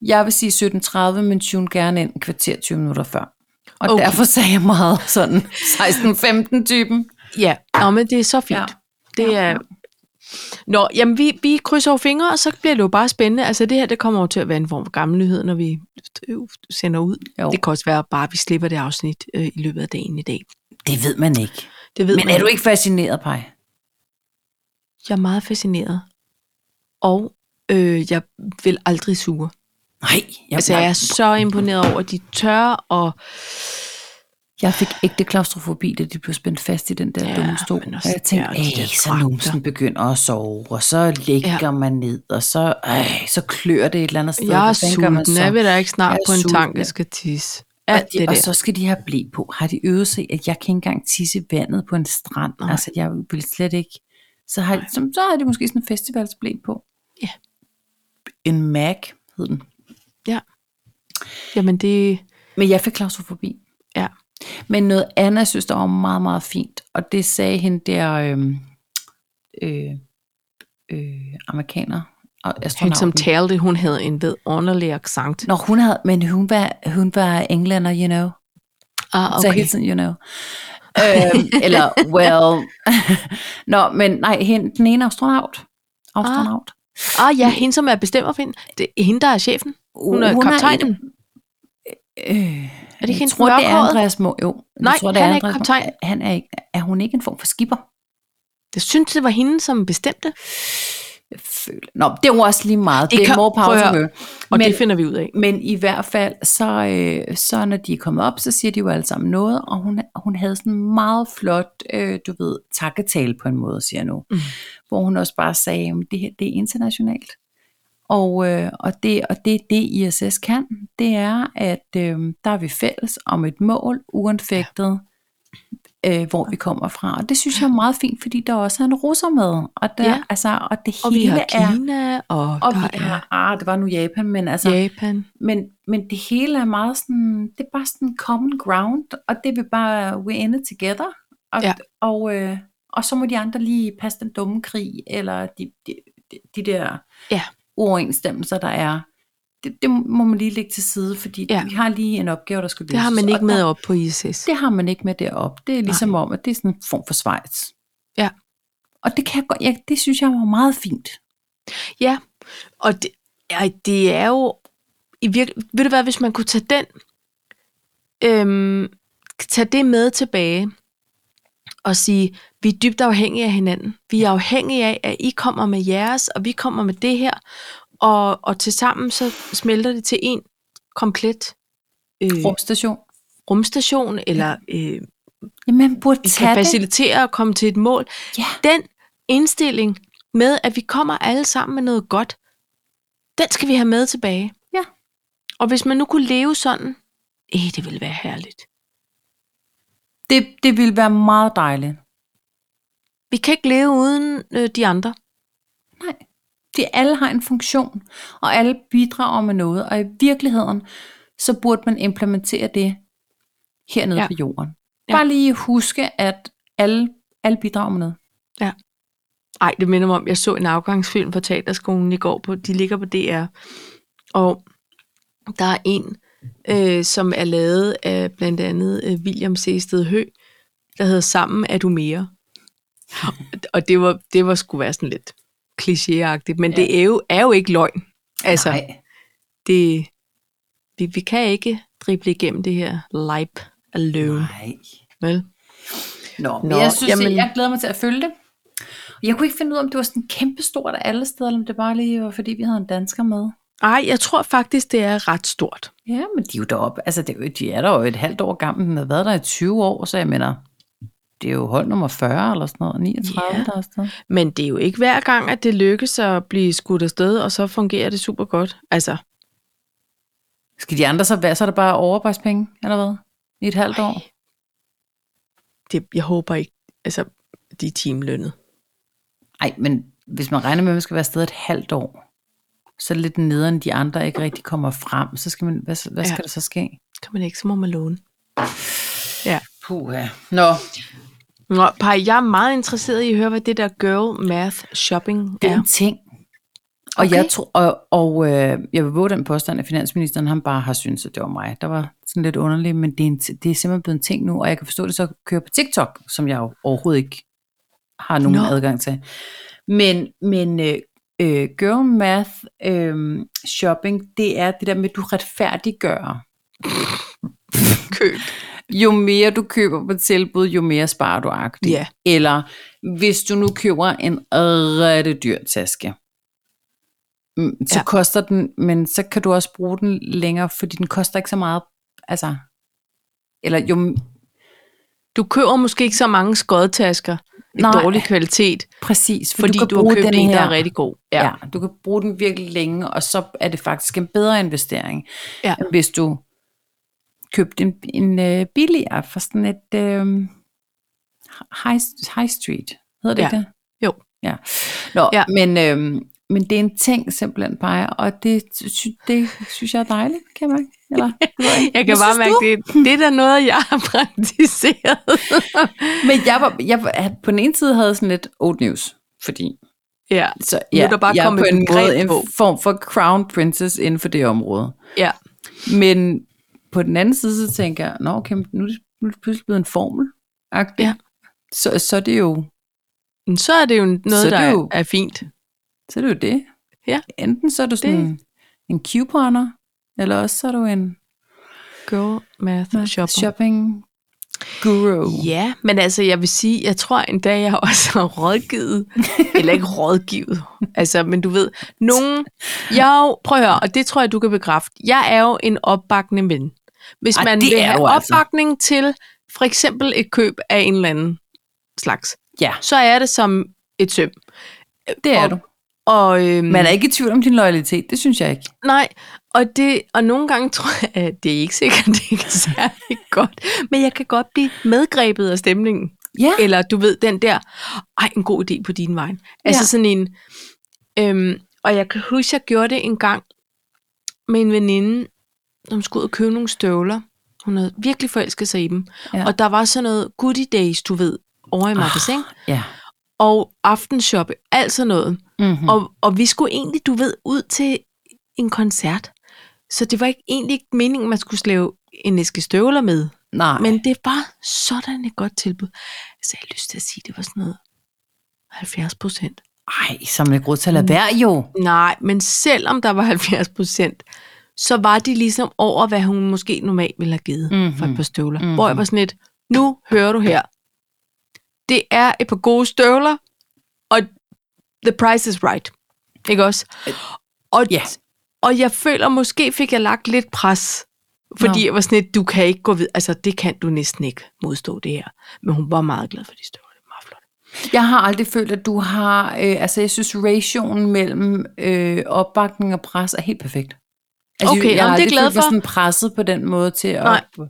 jeg vil sige 17.30, men tune gerne ind en kvarter 20 minutter før. Og okay.
Okay.
derfor sagde jeg meget [LAUGHS] sådan 16-15 typen.
Ja, Nå, men det er så fint.
Ja.
Ja. Det
Ja, ja.
er... Nå, jamen vi, vi krydser jo fingre, og så bliver det jo bare spændende. Altså det her, det kommer jo til at være en form for gammel nyhed, når vi øh, sender ud.
Jo.
Jo. Det kan også være bare, at vi slipper det afsnit øh, i løbet af dagen i dag.
Det ved man ikke.
Det ved
Men
man.
er du ikke fascineret, Paj?
Jeg er meget fascineret. Og øh, jeg vil aldrig sure.
Nej, jeg,
Altså, jeg er så imponeret over, at de tør, og
jeg fik ægte klaustrofobi, da de blev spændt fast i den der ja,
Ja,
dumme stol.
men
Og
også-
jeg tænkte,
ja, og de
ja,
der
så
dragter."
numsen begynder at sove, og så ligger ja.
Ja.
man ned, og så, ej, så klør det et eller andet sted.
jeg er
Hvad fanden gør man
sulten.
så?
Jeg vil da ikke
Jeg
snart
er
på en
sulten,
tank,
ja.
jeg skal tisse.
Og,
Alt
de,
det
og
der.
så skal de have blæ på. Har de øvet sig, at jeg kan ikke engang tisse i vandet på en strand? Nej.
Nej.
Altså, jeg vil slet ikke. Så har, så, så har de måske sådan en festivalsblæ på.
Ja.
En Mac hed den.
Jamen, det...
Men jeg fik klaustrofobi.
Ja.
Men noget andet, jeg synes, der var meget, meget fint, og det sagde hende der øhm, øh, øh, amerikaner og
Hun som
astronauten.
talte, hun havde en vidunderlig accent.
Når hun havde, men hun var, hun var englænder, you know.
Ah,
Okay. Så hele tiden, you know. øhm,
[LAUGHS]
eller, well. [LAUGHS] Nå, men nej, hende, den ene astronaut. Astronaut.
Ah ja, hende som er bestemmerfind. Det er hende, der er chefen. Ah, Hun er
Uh, Hun er
kaptajnen.
Øh,
Er det ikke
jeg
hende
tror, det er
mørkhåret?
Andreas Mo. Jo, jeg
Nej,
tror, det
han er ikke
Andreas Mo.
kaptajn.
Han er, ikke, er hun ikke en form for skipper?
Jeg synes, det var hende, som bestemte.
Jeg føler... Nå, det er jo også lige meget. Det,
Det
det er
kan-
more power
prøv at
to
høre.
her.
Og
Men,
det finder vi ud af.
men i hvert fald, så, øh, så når de er kommet op, så siger de jo alle sammen noget, og hun, hun havde sådan en meget flot, øh, du ved, takketale på en måde, siger jeg nu.
Mm.
Hvor hun også bare sagde, at det her det er internationalt. Og, øh, og, det, og det er det, ISS kan, det er, at øh, der er vi fælles om et mål, uanfægtet, øh, hvor vi kommer fra. Og det synes jeg er meget fint, fordi der også er en russer med. Og, der, ja.
Ja.
altså, og det
Og vi
hele
har
er...
Kina, og,
Og
der
vi
er
har, ah, det var nu Japan, men altså,
Japan.
men, men det hele er meget sådan, det er bare sådan common ground, og det vil bare, we in it together, og,
Ja.
og, øh, og så må de andre lige passe den dumme krig, eller de, de, de, de der
Ja.
uoverensstemmelser, der er. Det, det må man lige lægge til side, fordi ja.
Ja.
vi har lige en opgave, der skal løses.
Det har man
og
ikke med
der,
op på ISS.
Det har man ikke med deroppe. Det er ligesom Nej. om, at det er sådan en form for Schweiz.
Ja.
Og det, kan jeg, godt- jeg, det synes jeg var meget fint.
Ja, og det, ej, det er jo... I virke, ved du hvad, hvis man kunne tage den... Øhm, tage det med tilbage og sige, vi er dybt afhængige af hinanden. Vi er afhængige af, at I kommer med jeres, og vi kommer med det her. Og, og til sammen så smelter det til en komplet øh,
Rumstation.
rumstation, eller øh,
Jamen, man burde
vi kan
tage det.
facilitere at komme til et mål.
Ja.
Den indstilling med, at vi kommer alle sammen med noget godt, den skal vi have med tilbage.
Ja.
Og hvis man nu kunne leve sådan, eh, det ville være herligt.
det. Det ville være meget dejligt.
Vi kan ikke leve uden øh, de andre.
Nej. De alle har en funktion, og alle bidrager med noget, og i virkeligheden, så burde man implementere det hernede ja.
Ja.
på jorden.
Ja.
Bare lige huske, at alle, alle bidrager med noget.
Ej, det minder mig om, jeg så en afgangsfilm fra teaterskolen i går. På, de ligger på DR. Og der er en, øh, som er lavet af blandt andet øh, William Sehsted Hø, der hedder Sammen er du mere. Og det var, det var skulle være sådan lidt klichéagtigt, men ja. det er jo, er jo ikke løgn. Altså,
Nej.
det, vi, vi kan ikke drible igennem det her live alone,
Nej.
vel?
Nå, men
Nå,
jeg, synes, jamen...
jamen-
jeg glæder mig til at følge det. Og Jeg kunne ikke finde ud af, om det var sådan kæmpestort af alle steder, eller om det bare lige var, fordi vi havde en dansker med.
Ej, jeg tror faktisk, det er ret stort.
Ja, men de er jo deroppe. Altså, det, er jo- de er der jo et halvt år gammel. Den har været der i 20 år, så jeg mener, det er jo hold nummer 40 eller sådan noget, 39
Ja.
der er sted.
Men det er jo ikke hver gang, at det lykkes at blive skudt afsted, og så fungerer det super godt. Altså,
Skal de andre så være, så er der bare overarbejdspenge, eller hvad? I et halvt år?
det, jeg håber ikke, altså, de er timelønnet.
Nej, men hvis man regner med, at man skal være afsted et halvt år, så er det lidt nederen, de andre ikke rigtig kommer frem. Så skal man, hvad, hvad
Ja.
skal der så ske?
Kan man ikke, så må man låne.
Puh, ja. Nå,
Nå, Paj, jeg er meget interesseret i at høre, hvad det der girl math shopping
det er
er.
en ting. Og, okay.
Okay.
jeg, tror, og, og øh, jeg vil våge den påstand, at finansministeren han bare har syntes, at det var mig, der var sådan lidt underligt, men det er, en, det er simpelthen blevet en ting nu, og jeg kan forstå, at det så kører på TikTok, som jeg jo overhovedet ikke har nogen
Nå.
no. adgang til. Men, men øh, øh, girl math øh, shopping, det er det der med, at du retfærdiggør.
Køb.
Jo mere du køber på tilbud, jo mere sparer du agtigt.
Ja.
Eller hvis du nu køber en rigtig dyr taske, mm, så
Ja.
ja. koster den, men så kan du også bruge den længere, fordi den koster ikke så meget. Altså, eller jo,
Du køber måske ikke så mange skodtasker af
Nej.
dårlig kvalitet,
præcis, for
fordi du,
kan
du har
bruge
købt
den
en, der
her.
er rigtig god.
Ja. ja, du kan bruge den virkelig længe, og så er det faktisk en bedre investering,
Ja.
end hvis du købte en, en øh, billigere fra sådan et øh, high, high street. Hedder det
Ja.
ikke det?
Jo.
Ja. Nå,
Ja.
ja. Men, øh, men det er en ting simpelthen bare, og det, sy, det synes jeg er dejligt, kan man
[LAUGHS]
Eller, det ved ikke.
Jeg kan
Hvad
bare
synes
mærke,
du?
det, det er da noget, jeg har praktiseret.
Men jeg var, jeg var, på den ene side havde jeg sådan lidt old news, fordi
[LAUGHS] ja,
så,
Nu er
ja,
der bare
jeg er
kommet
på
et
en måde
begreb
en
på.
form for crown princess inden for det område.
ja.
Men på den anden side, så tænker jeg, nå okay, men nu er det, nu er det pludselig blevet en formel.
Ja.
Ja. Så, så, er det jo,
Men så er det jo noget,
Så er
der
det
er,
jo-
er fint.
så er det jo det.
Ja.
Enten så er du sådan det. en couponer, eller også så er du en
Girl math shopper.
shopping guru.
Ja, men altså, jeg vil sige, jeg tror en dag, jeg [LAUGHS] også har rådgivet, eller ikke rådgivet, altså, men du ved, nogen, jeg er jo, prøv at høre, og det tror jeg, du kan bekræfte, jeg er jo en opbakende ven. Hvis
Ej,
man
det
vil
er
have
du altså.
opbakning til, for eksempel et køb af en eller anden slags,
Ja,
så er det som et søm.
det er
Og-
du.
Og, øhm,
Man er ikke i tvivl om din loyalitet, det synes jeg ikke.
Nej, og, det, og nogle gange tror jeg, at det er ikke sikkert, det er særlig godt, men jeg kan godt blive medgrebet af stemningen.
Ja,
Eller du ved, den der, ej, en god idé på din vej. Altså
Ja.
sådan en, øhm, og jeg kan huske, jeg gjorde det en gang med en veninde, som skulle ud og købe nogle støvler. Hun havde virkelig forelsket sig i dem. Ja.
Ja. Ah.
Og der var sådan noget goodie days, du ved, over i magasin.
ja.
Og aftenshoppe, alt sådan noget.
Mm-hmm. Og,
Og, og vi skulle egentlig, du ved, ud til en koncert. Så det var ikke egentlig ikke meningen, man skulle slæve en æske støvler med.
Nej, men,
Men det var sådan et godt tilbud. Altså, jeg har lyst til at sige, det var sådan noget 70 procent.
ej, som er grund til at lade være jo.
Nej, men selvom der var [LAUGHS] 70 procent, så var de ligesom over, hvad hun måske normalt ville have givet mm-hmm.
Mhm.
for et par støvler. Mm-hmm. Hvor jeg var sådan lidt, nu hører du her. Det er et par gode støvler, og the price is right. Ikke også? Og,
Ja.
og jeg føler, måske fik jeg lagt lidt pres. Fordi
Nå.
jeg var sådan lidt, du kan ikke gå videre. Altså, det kan du næsten ikke modstå det her. Men hun var meget glad for de støvler. Det var meget flot.
Jeg har aldrig følt, at du har... Øh, altså, jeg synes, rationen mellem øh, opbakning og pres er helt perfekt. Altså,
Okay,
jeg,
jamen,
jeg har
det er
aldrig
glad
følt mig
for.
sådan presset på den måde til
Nej.
at,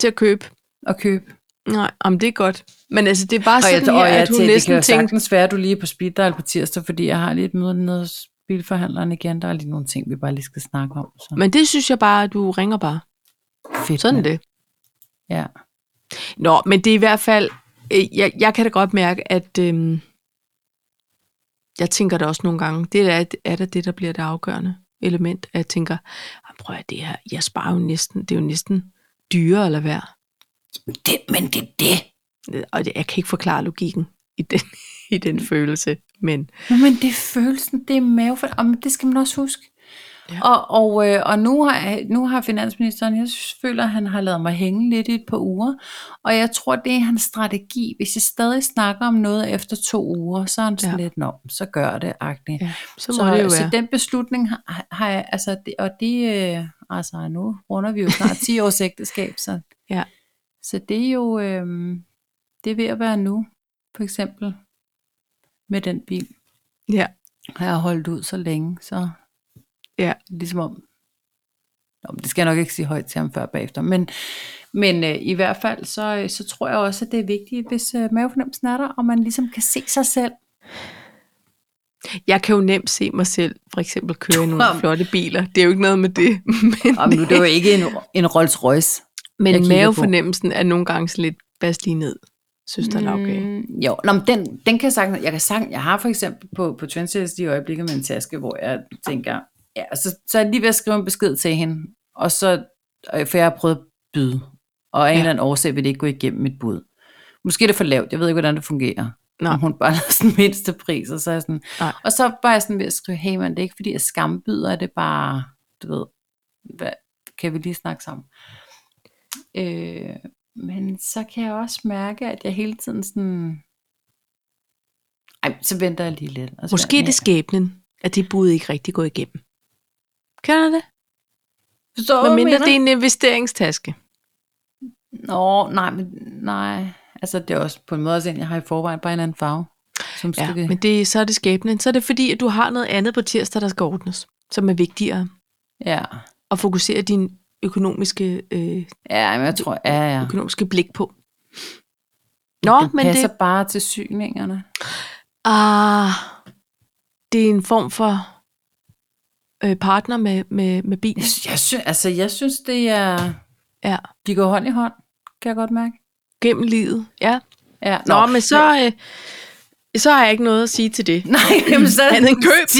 Til at købe.
at købe.
Nej, om det er godt. Men altså, det er bare sådan her, at hun
til, det kan
næsten
jo
tænkte,
sagtens være, at du lige er på speed dial på tirsdag, fordi jeg har lige et møde nede hos bilforhandleren igen. Der er lige nogle ting, vi bare lige skal snakke om. Så.
men det synes jeg bare, at du ringer bare.
Fedt,
Sådan
mand.
det.
Ja.
Nå, men det er i hvert fald, øh, jeg, jeg kan da godt mærke, at øhm, jeg tænker det også nogle gange. Det er, da- er da det, der bliver det afgørende element, at jeg tænker, "Ah, prøv at høre, det her, jeg sparer jo næsten, det er jo næsten dyrere eller hvad.
Det, men det er det.
Og det, jeg kan ikke forklare logikken i den, [LAUGHS] i den følelse, men
Nå, men det er følelsen, det er mavefølelsen, og men det skal man også huske.
Ja.
Ja. Og, og, øh, og nu, har, nu har finansministeren, jeg synes- føler, at han har lavet mig hænge lidt i et par uger, og jeg tror, det er hans strategi. Hvis jeg stadig snakker om noget efter to uger, så er han sådan
Ja.
ja. lidt, nå, så gør det, agtigt.
ja, så må så, det jo
så
være.
den beslutning har, har jeg, altså, det, og det, øh, altså nu runder vi jo snart 10 års ægteskab, så,
[LAUGHS] Ja.
så det er jo, øh, det er ved at være nu, for eksempel med den bil
Ja.
har jeg holdt ud så længe, så
Ja.
ligesom om, Nå, men det skal jeg nok ikke sige højt til ham før og bagefter, men, men øh, i hvert fald, så, øh, så tror jeg også, at det er vigtigt, hvis øh, mavefornemmelsen er der, og man ligesom kan se sig selv.
Jeg kan jo nemt se mig selv for eksempel køre i nogle
Kom.
flotte biler. Det er jo ikke noget med det. [LAUGHS] Men,
Og nu er det jo ikke en, en Rolls Royce. jeg
men
kigger på.
mavefornemmelsen er nogle gange sådan lidt, bas lige ned, søster, mm. okay.
Mm, jo, Nå, men den, den kan jeg sagtens, jeg kan sagtens, jeg har for eksempel på, på Trendsales i øjeblikket med en taske, hvor jeg tænker, ja, så, så er jeg lige ved at skrive en besked til hende, og så, øh, for jeg har prøvet at byde. Og af en
Ja.
eller anden årsag vil det ikke gå igennem mit bud. Måske er det for lavt, jeg ved ikke, hvordan det fungerer.
Nej.
Om hun bare [LAUGHS] lader sådan mindste pris, og så er jeg sådan...
Nej.
Og så var jeg sådan ved at skrive, hey man, det er ikke fordi, jeg skambyder, det er bare, du ved, hvad, kan vi lige snakke sammen? Øh, men så kan jeg også mærke, at jeg hele tiden sådan... Ej, så venter jeg lige lidt. Og så
Måske er det skæbnen, at det bud ikke rigtig går igennem. Kender du det?
Forstår
Hvad
du,
mindre
mener?
det er en investeringstaske.
Nå, nej, men nej. Altså, det er også på en måde også en, jeg har i forvejen, bare en anden farve. Som
Ja,
skal det.
men det, så er det skæbnen. Så er det fordi, at du har noget andet på tirsdag, der skal ordnes, som er vigtigere.
ja.
Og fokusere din økonomiske, øh,
ja, men jeg tror, ja, ja.
økonomiske blik på. Nå,
det
men
passer
det,
det... bare til syningerne.
ah, det er en form for øh, partner med, med, med bilen.
Jeg, sy- jeg synes, altså, jeg synes, det er...
Ja.
De går hånd i hånd, kan jeg godt mærke.
Gennem livet, ja.
Ja,
Nå, Nå men så, øh, så har jeg ikke noget at sige til det.
[LAUGHS] Nej, jamen, så er
Andet end køb.
[LAUGHS]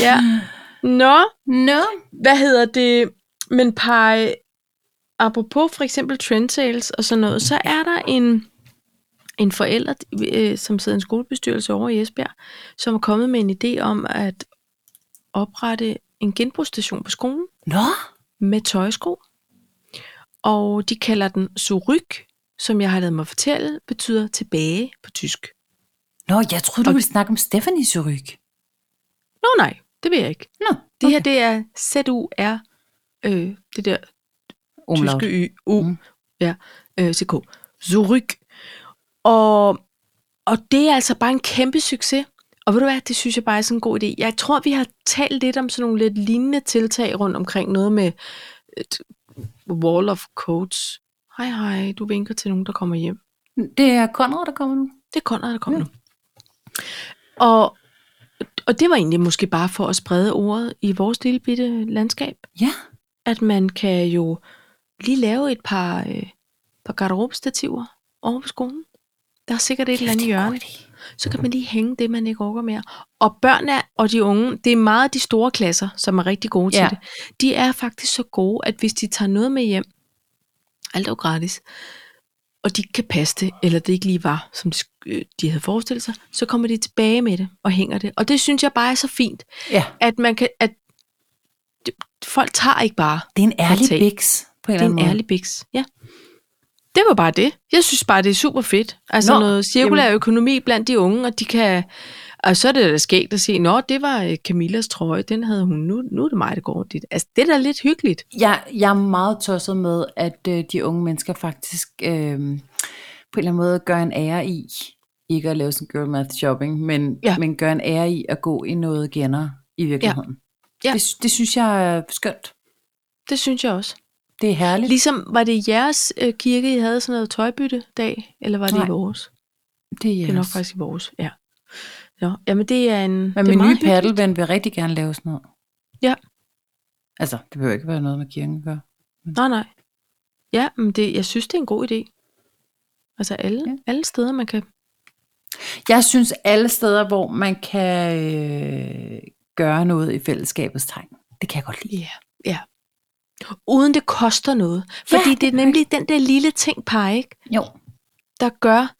Ja. [SIGHS] Nå,
Nå.
hvad hedder det? Men pege, apropos for eksempel trendtales og sådan noget, så er der en, en forælder, øh, som sidder i en skolebestyrelse over i Esbjerg, som er kommet med en idé om at oprette en genbrugsstation på skolen
Nå.
med tøjsko. Og de kalder den Suryk, som jeg har lavet mig fortælle, betyder tilbage på tysk.
Nå, jeg troede, du
Og-
ville snakke om Stephanie Suryk.
Nå nej, det vil jeg ikke.
Nå,
Det her, det er ZUR, øh, det der
Umlaut.
tyske y, u,
Mm.
mm. ja, øh, ck, Zurich. Og, og det er altså bare en kæmpe succes. Og ved du hvad, det synes jeg bare er sådan en god idé. Jeg tror, vi har talt lidt om sådan nogle lidt lignende tiltag rundt omkring noget med et wall of codes. Hej hej, du vinker til nogen, der kommer hjem.
Det er Konrad, der kommer nu.
Det er Conrad, der kommer ja. nu. Og, og det var egentlig måske bare for at sprede ordet i vores lille bitte landskab
Ja.
at man kan jo lige lave et par, øh, par garderobestativer over på skolen. Der er sikkert et eller andet hjørne. Så kan man lige hænge det, man ikke orker mere. Og børnene og de unge, det er meget de store klasser, som er rigtig gode
Ja.
til det. De er faktisk så gode, at hvis de tager noget med hjem, alt er jo gratis, og de ikke kan passe det, eller det ikke lige var, som de, sk- øh, de havde forestillet sig, så kommer de tilbage med det og hænger det. Og det synes jeg bare er så fint,
Ja,
at man kan, at det- folk tager ikke bare
det er en ærlig
Tag.
biks på en
det er
eller anden
en
måde.
ærlig biks, ja. Det var bare det. Jeg synes bare, det er super fedt. Altså
Nå,
nå, noget cirkulær jamen. økonomi blandt de unge, og de kan... Og så er det da sket at se, nå, det var øh, Camillas trøje, den havde hun, nu, nu er det mig, der går dit. Altså, det er da lidt hyggeligt.
Jeg, jeg er meget tosset med, at øh, de unge mennesker faktisk øh, på en eller anden måde gør en ære i, ikke at lave sådan girl math shopping, men, ja.
Ja.
men gør en ære i at gå i noget genner i virkeligheden.
Ja. Ja.
Det, det synes jeg er skønt.
Det synes jeg også.
Det er herligt.
Ligesom, var det i jeres øh, kirke, I havde sådan noget tøjbyttedag, eller var det
Nej.
i vores? Yes.
det
Det er nok faktisk i vores, ja. Nå, jamen det er en...
Men
det er
min nye
meget hyggeligt.
paddelven vil rigtig gerne lave sådan noget.
Ja.
Altså, det behøver ikke være noget med kirken gør.
Nej, nej. Ja, men det, jeg synes, det er en god idé. Altså alle, ja. alle steder, man kan...
Jeg synes, alle steder, hvor man kan øh, gøre noget i fællesskabets tegn, det kan jeg godt lide.
Ja, ja. Uden det koster noget.
Ja,
Fordi ja, det,
det
det er
er
nemlig den der lille ting, pege, ikke,
Jo.
der gør,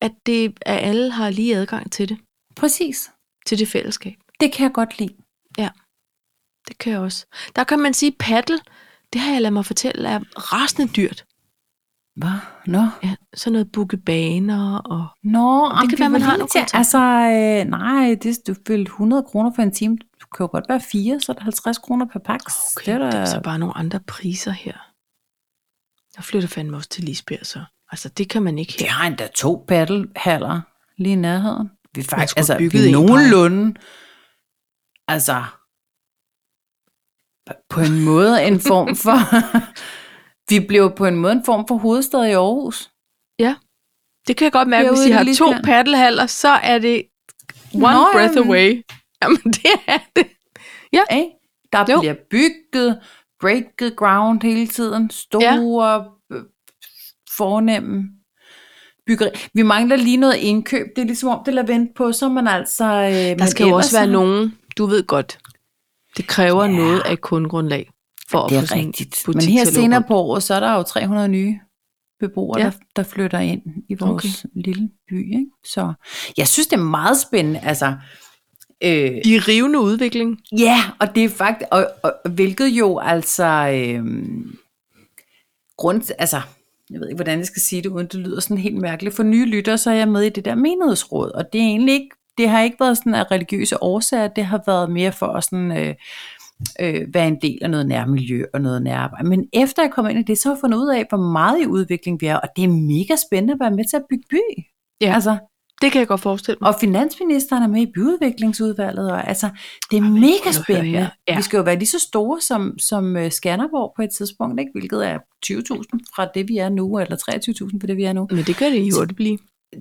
at, det, at alle har lige adgang til det,
Præcis.
til det fællesskab.
Det kan jeg godt lide.
Det kan jeg også. Der kan man sige, paddel, det har jeg ladet mig fortælle, er rasende dyrt.
Hvad? Nå.
Ja, sådan noget bukkebaner og...
Nå,
kan
det
være, man har nogle
til,
kontakter.
Altså, øh, nej, det, du vil 100 kroner for en time. Du kan jo godt være fire, så er det 50 kroner per pakke.
Okay, det er, der... så bare nogle andre priser her. Jeg flytter fandme også til Lisbjerg, så. Altså, det kan man ikke
Vi
her.
har endda to paddlehaller lige i nærheden. Vi er faktisk,
skulle
altså,
have bygget
vi er
en bare.
nogenlunde, altså, p- på en måde en form for, [LAUGHS] vi blev på en måde en form for hovedstad i Aarhus.
Det kan jeg godt mærke,
Herude
hvis
i
I har to
Lisbjerg.
paddelhaller, så er det one
Nå,
Nå, breath
jamen.
away. Jamen, det er det.
Ikke? Der jo.
Jo.
bliver bygget, breaket ground hele tiden, store, ja. fornemme byggeri. Vi mangler lige noget indkøb. Det er ligesom om, det lader vente på, så er man altså... Øh,
Der skal jo også være nogen, du ved godt, det kræver noget af et kundegrundlag. for at
Det
få
er
sådan en
rigtigt. Men
butik
her
til at løbe
senere
rundt.
på året, så er der jo 300 nye beboere,
Ja.
ja. der, der flytter ind i vores okay. lille by. Ikke? Så jeg synes, det er meget spændende. Altså, øh,
I rivende udvikling.
ja, og det er faktisk, og, og, hvilket jo altså, øh, grund, altså, jeg ved ikke, hvordan jeg skal sige det, uden det lyder sådan helt mærkeligt. For nye lytter, så er jeg med i det der menighedsråd, og det er egentlig ikke, det har ikke været sådan af religiøse årsager, det har været mere for at sådan, øh, øh, være en del af noget nærmiljø og noget nærarbejde. Men efter jeg kom ind i det, så har jeg fundet ud af, hvor meget i udvikling vi er, og det er mega spændende at være med til at bygge by.
Ja.
Altså,
Det kan jeg godt forestille mig.
og finansministeren er med i byudviklingsudvalget, og altså, det er
Ej, men
mega
prøv nu at høre
spændende.
her. Ja.
Vi skal jo være lige så store som, som øh, Skanderborg på et tidspunkt, ikke? hvilket er 20.000 fra det, vi er nu, eller 23.000 fra det, vi er nu.
Men det kan det i
Altså-
hurtigt blive.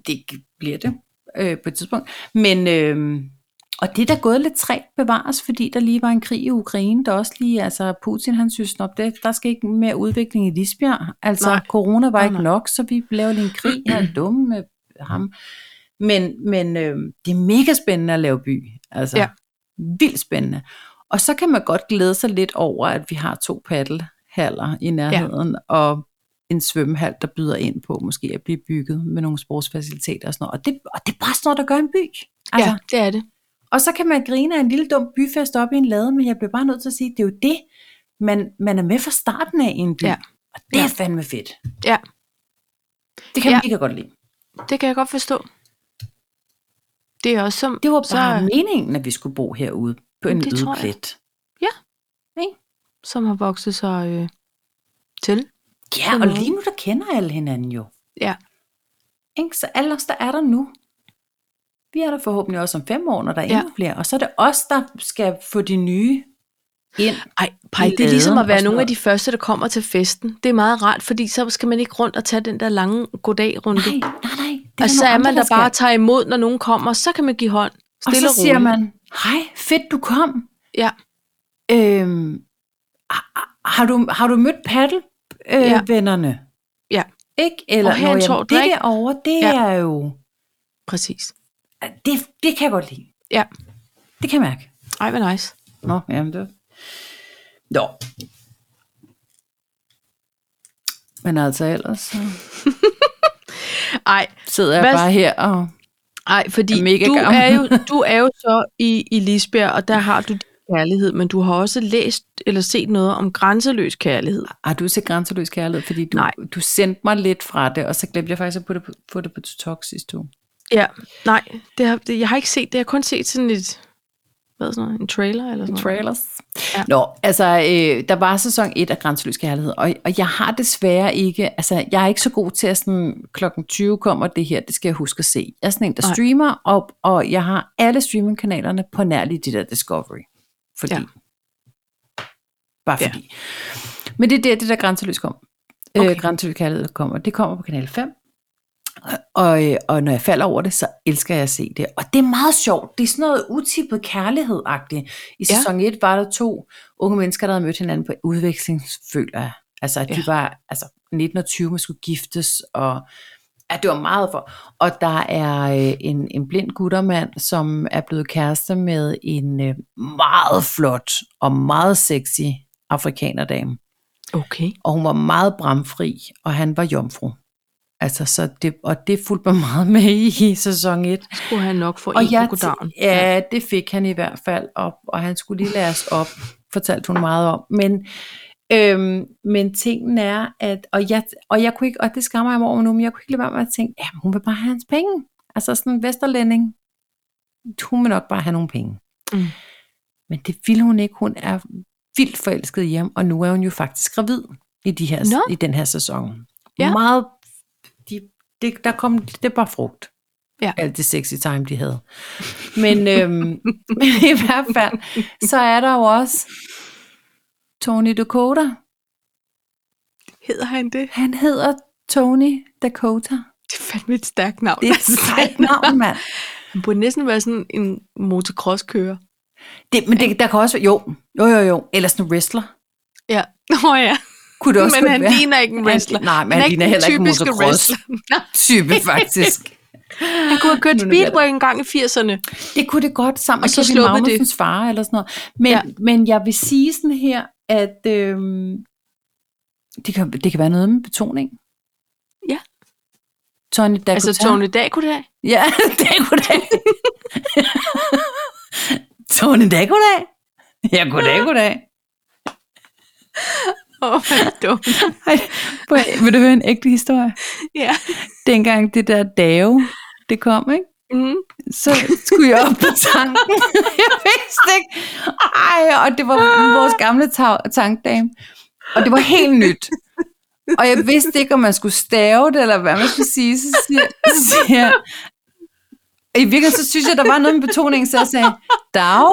Det bliver det øh, på et tidspunkt. Men, øh, og det er da gået lidt træt bevares, fordi der lige var en krig i Ukraine, der også lige, altså Putin han synes, op det, der skal ikke mere udvikling i Lisbjerg. Altså
Nej.
nej. corona var
Nej,
ikke
nej.
nok, så vi laver lige en krig her er dumme med ham. Men, men øh, det er mega spændende at lave by. Altså,
Ja.
ja. vildt spændende. Og så kan man godt glæde sig lidt over, at vi har to paddelhaller i nærheden, ja. og en svømmehal, der byder ind på måske at blive bygget med nogle sportsfaciliteter og sådan noget. Og det, og det er bare sådan noget, der gør en by. Altså,
Ja, det er det.
og så kan man grine af en lille dum byfest op i en lade, men jeg bliver bare nødt til at sige, at det er jo det, man, man er med fra starten af i en by.
Ja.
Og det
Ja.
er fandme fedt.
Ja,
Det kan ja.
Ja.
man ikke godt lide.
det kan jeg godt forstå. Det er også som...
Det var
så-
bare så... meningen, at vi skulle bo herude på en
Jamen, det
øde
tror jeg.
plet.
som har vokset sig øh, til.
Ja, og
noget.
lige nu, der kender alle hinanden jo.
Ja.
Ikke? Så alle os, der er der nu, vi er der forhåbentlig også om fem år, når der er
Ja.
ja. endnu flere. Og så er det os, der skal få de nye ind.
Ej, pej,
I
det er ligesom
laden
at være
og sådan
nogle af
noget.
de første, der kommer til festen. Det er meget rart, fordi så skal man ikke rundt og tage den der lange goddag-runde.
Nej, nej, nej. Det
og
der
så
nogle
er man
andre,
der bare og
skal.
tager imod, når nogen kommer, så kan man give hånd.
Og
Stille
så
og
siger
roligt.
man, hej, fedt du kom.
Ja,
Øhm, har- har, du, har du mødt paddelvennerne? Øh,
Ja.
vennerne?
Ja.
Ikke? Eller,
Og her
"Nå,
en
jamen,
tår
det
drik."
derovre, det
Ja.
ja. er jo...
præcis.
Det, det kan jeg godt lide.
Ja.
Det kan jeg mærke.
Ej, hvor nice.
Nå, jamen det var... Nå. Men altså ellers så
Ej,
sidder jeg
Hvad-
Hvad? bare her og...
ej fordi
Er mega
du
gammel.
er, jo, du er jo så i, i Lisbjerg, og der har du din kærlighed, men du har også læst eller set noget om grænseløs kærlighed.
Ej, du er så grænseløs kærlighed, fordi du,
Nej.
du sendte mig lidt fra det, og så glemte jeg faktisk at putte, få det på detox sidste uge.
Ja, nej, det har, det, jeg har ikke set det. Jeg har kun set sådan et, hvad er sådan noget, en trailer eller sådan noget.
Trailers.
Ja.
Ja. Nå, altså, øh, der var sæson 1 af Grænseløs Kærlighed, og, og jeg har desværre ikke, altså, jeg er ikke så god til at sådan, klokken 20 kommer det her, det skal jeg huske at se. Jeg er sådan en, der
Nej.
streamer, og, og jeg har alle streamingkanalerne på nær lige det der Discovery. Fordi.
Ja.
Ja. Bare
Ja.
fordi. Men det er der, det der Grænseløs kom. Okay.
Okay.
Øh, Grænseløs Kærlighed kommer. Det kommer på kanal 5. Og, øh, og når jeg falder over det, så elsker jeg at se det. Og det er meget sjovt. Det er sådan noget utippet kærlighed-agtigt. I
Ja.
sæson 1 var der to unge mennesker, der havde mødt hinanden på udvekslingsføler. Altså, at de
Ja.
var altså, 19 og 20, man skulle giftes, og at det var meget for. Og der er øh, en, en blind guttermand, som er blevet kærester med en øh, meget flot og meget sexy afrikanerdame
Okay.
og hun var meget bramfri, og han var jomfru. Altså, så det, og det fulgte mig [LAUGHS] meget med i, i sæson 1.
Skulle han nok få
Og
en jeg goddagen.
t- ja, det fik han i hvert fald op, og han skulle lige læres op, fortalte hun meget om. Men, øhm, men tingen er, at, og jeg, og jeg kunne ikke, og det skammer jeg mig over nu, men jeg kunne ikke lade være med at tænke, ja, hun vil bare have hans penge. Altså sådan en vesterlænding, hun vil nok bare have nogle penge.
Mm.
Men det ville hun ikke. Hun er vildt forelsket i ham, og nu er hun jo faktisk gravid i, de her,
Nå.
i den her sæson.
Ja.
Meget, de, det, der kom, det var frugt
Ja.
alt det sexy time, de havde. Men, øhm, [LAUGHS] men i hvert fald, så er der jo også Tony Dakota.
Hedder han det? [LAUGHS]
Han hedder Tony Dakota.
Det er fandme et stærkt navn. altså.
Det er et sejt navn, mand.
Han burde næsten være sådan en motocrosskører.
Det, men det, der kan også være, jo, jo, jo, jo. Eller sådan en wrestler.
Ja. [LAUGHS] Nå ja,
Kunne det også
men
godt
han
være.
ligner ikke en wrestler.
Han, nej, men
Han
han,
er
han
ikke [LAUGHS]
ligner
den
heller ikke en [LAUGHS]
typiske
motocross-type, faktisk.
Han kunne have kørt
Nu er det
speedway en gang i 80'erne.
Det kunne det godt sammen
Og
med
så
Kevin
sluppet det.
Magnussens far eller sådan noget. Men,
Ja.
ja. men jeg vil sige sådan her, at øhm, det, kan, det kan være noget med betoning.
Ja.
Tony Dakota.
Altså, Tony Dag kunne det have.
[LAUGHS] Ja, Dakota. Tony Dakota. Ja, goddag, goddag.
[LAUGHS] Åh, oh, hvor er det dumt. [LAUGHS]
Ej, prøv at- vil du høre en ægte historie?
Ja.
Dengang det der dave, det kom, ikke?
Mm.
så skulle jeg op på tanken. jeg vidste ikke. Ej, og det var vores gamle ta- tankdame. Og det var helt nyt. Og jeg vidste ikke, om man skulle stave det, eller hvad man skulle sige. Så siger, siger jeg- I virkeligheden, så synes jeg, der var noget med betoningen, så jeg sagde, dag.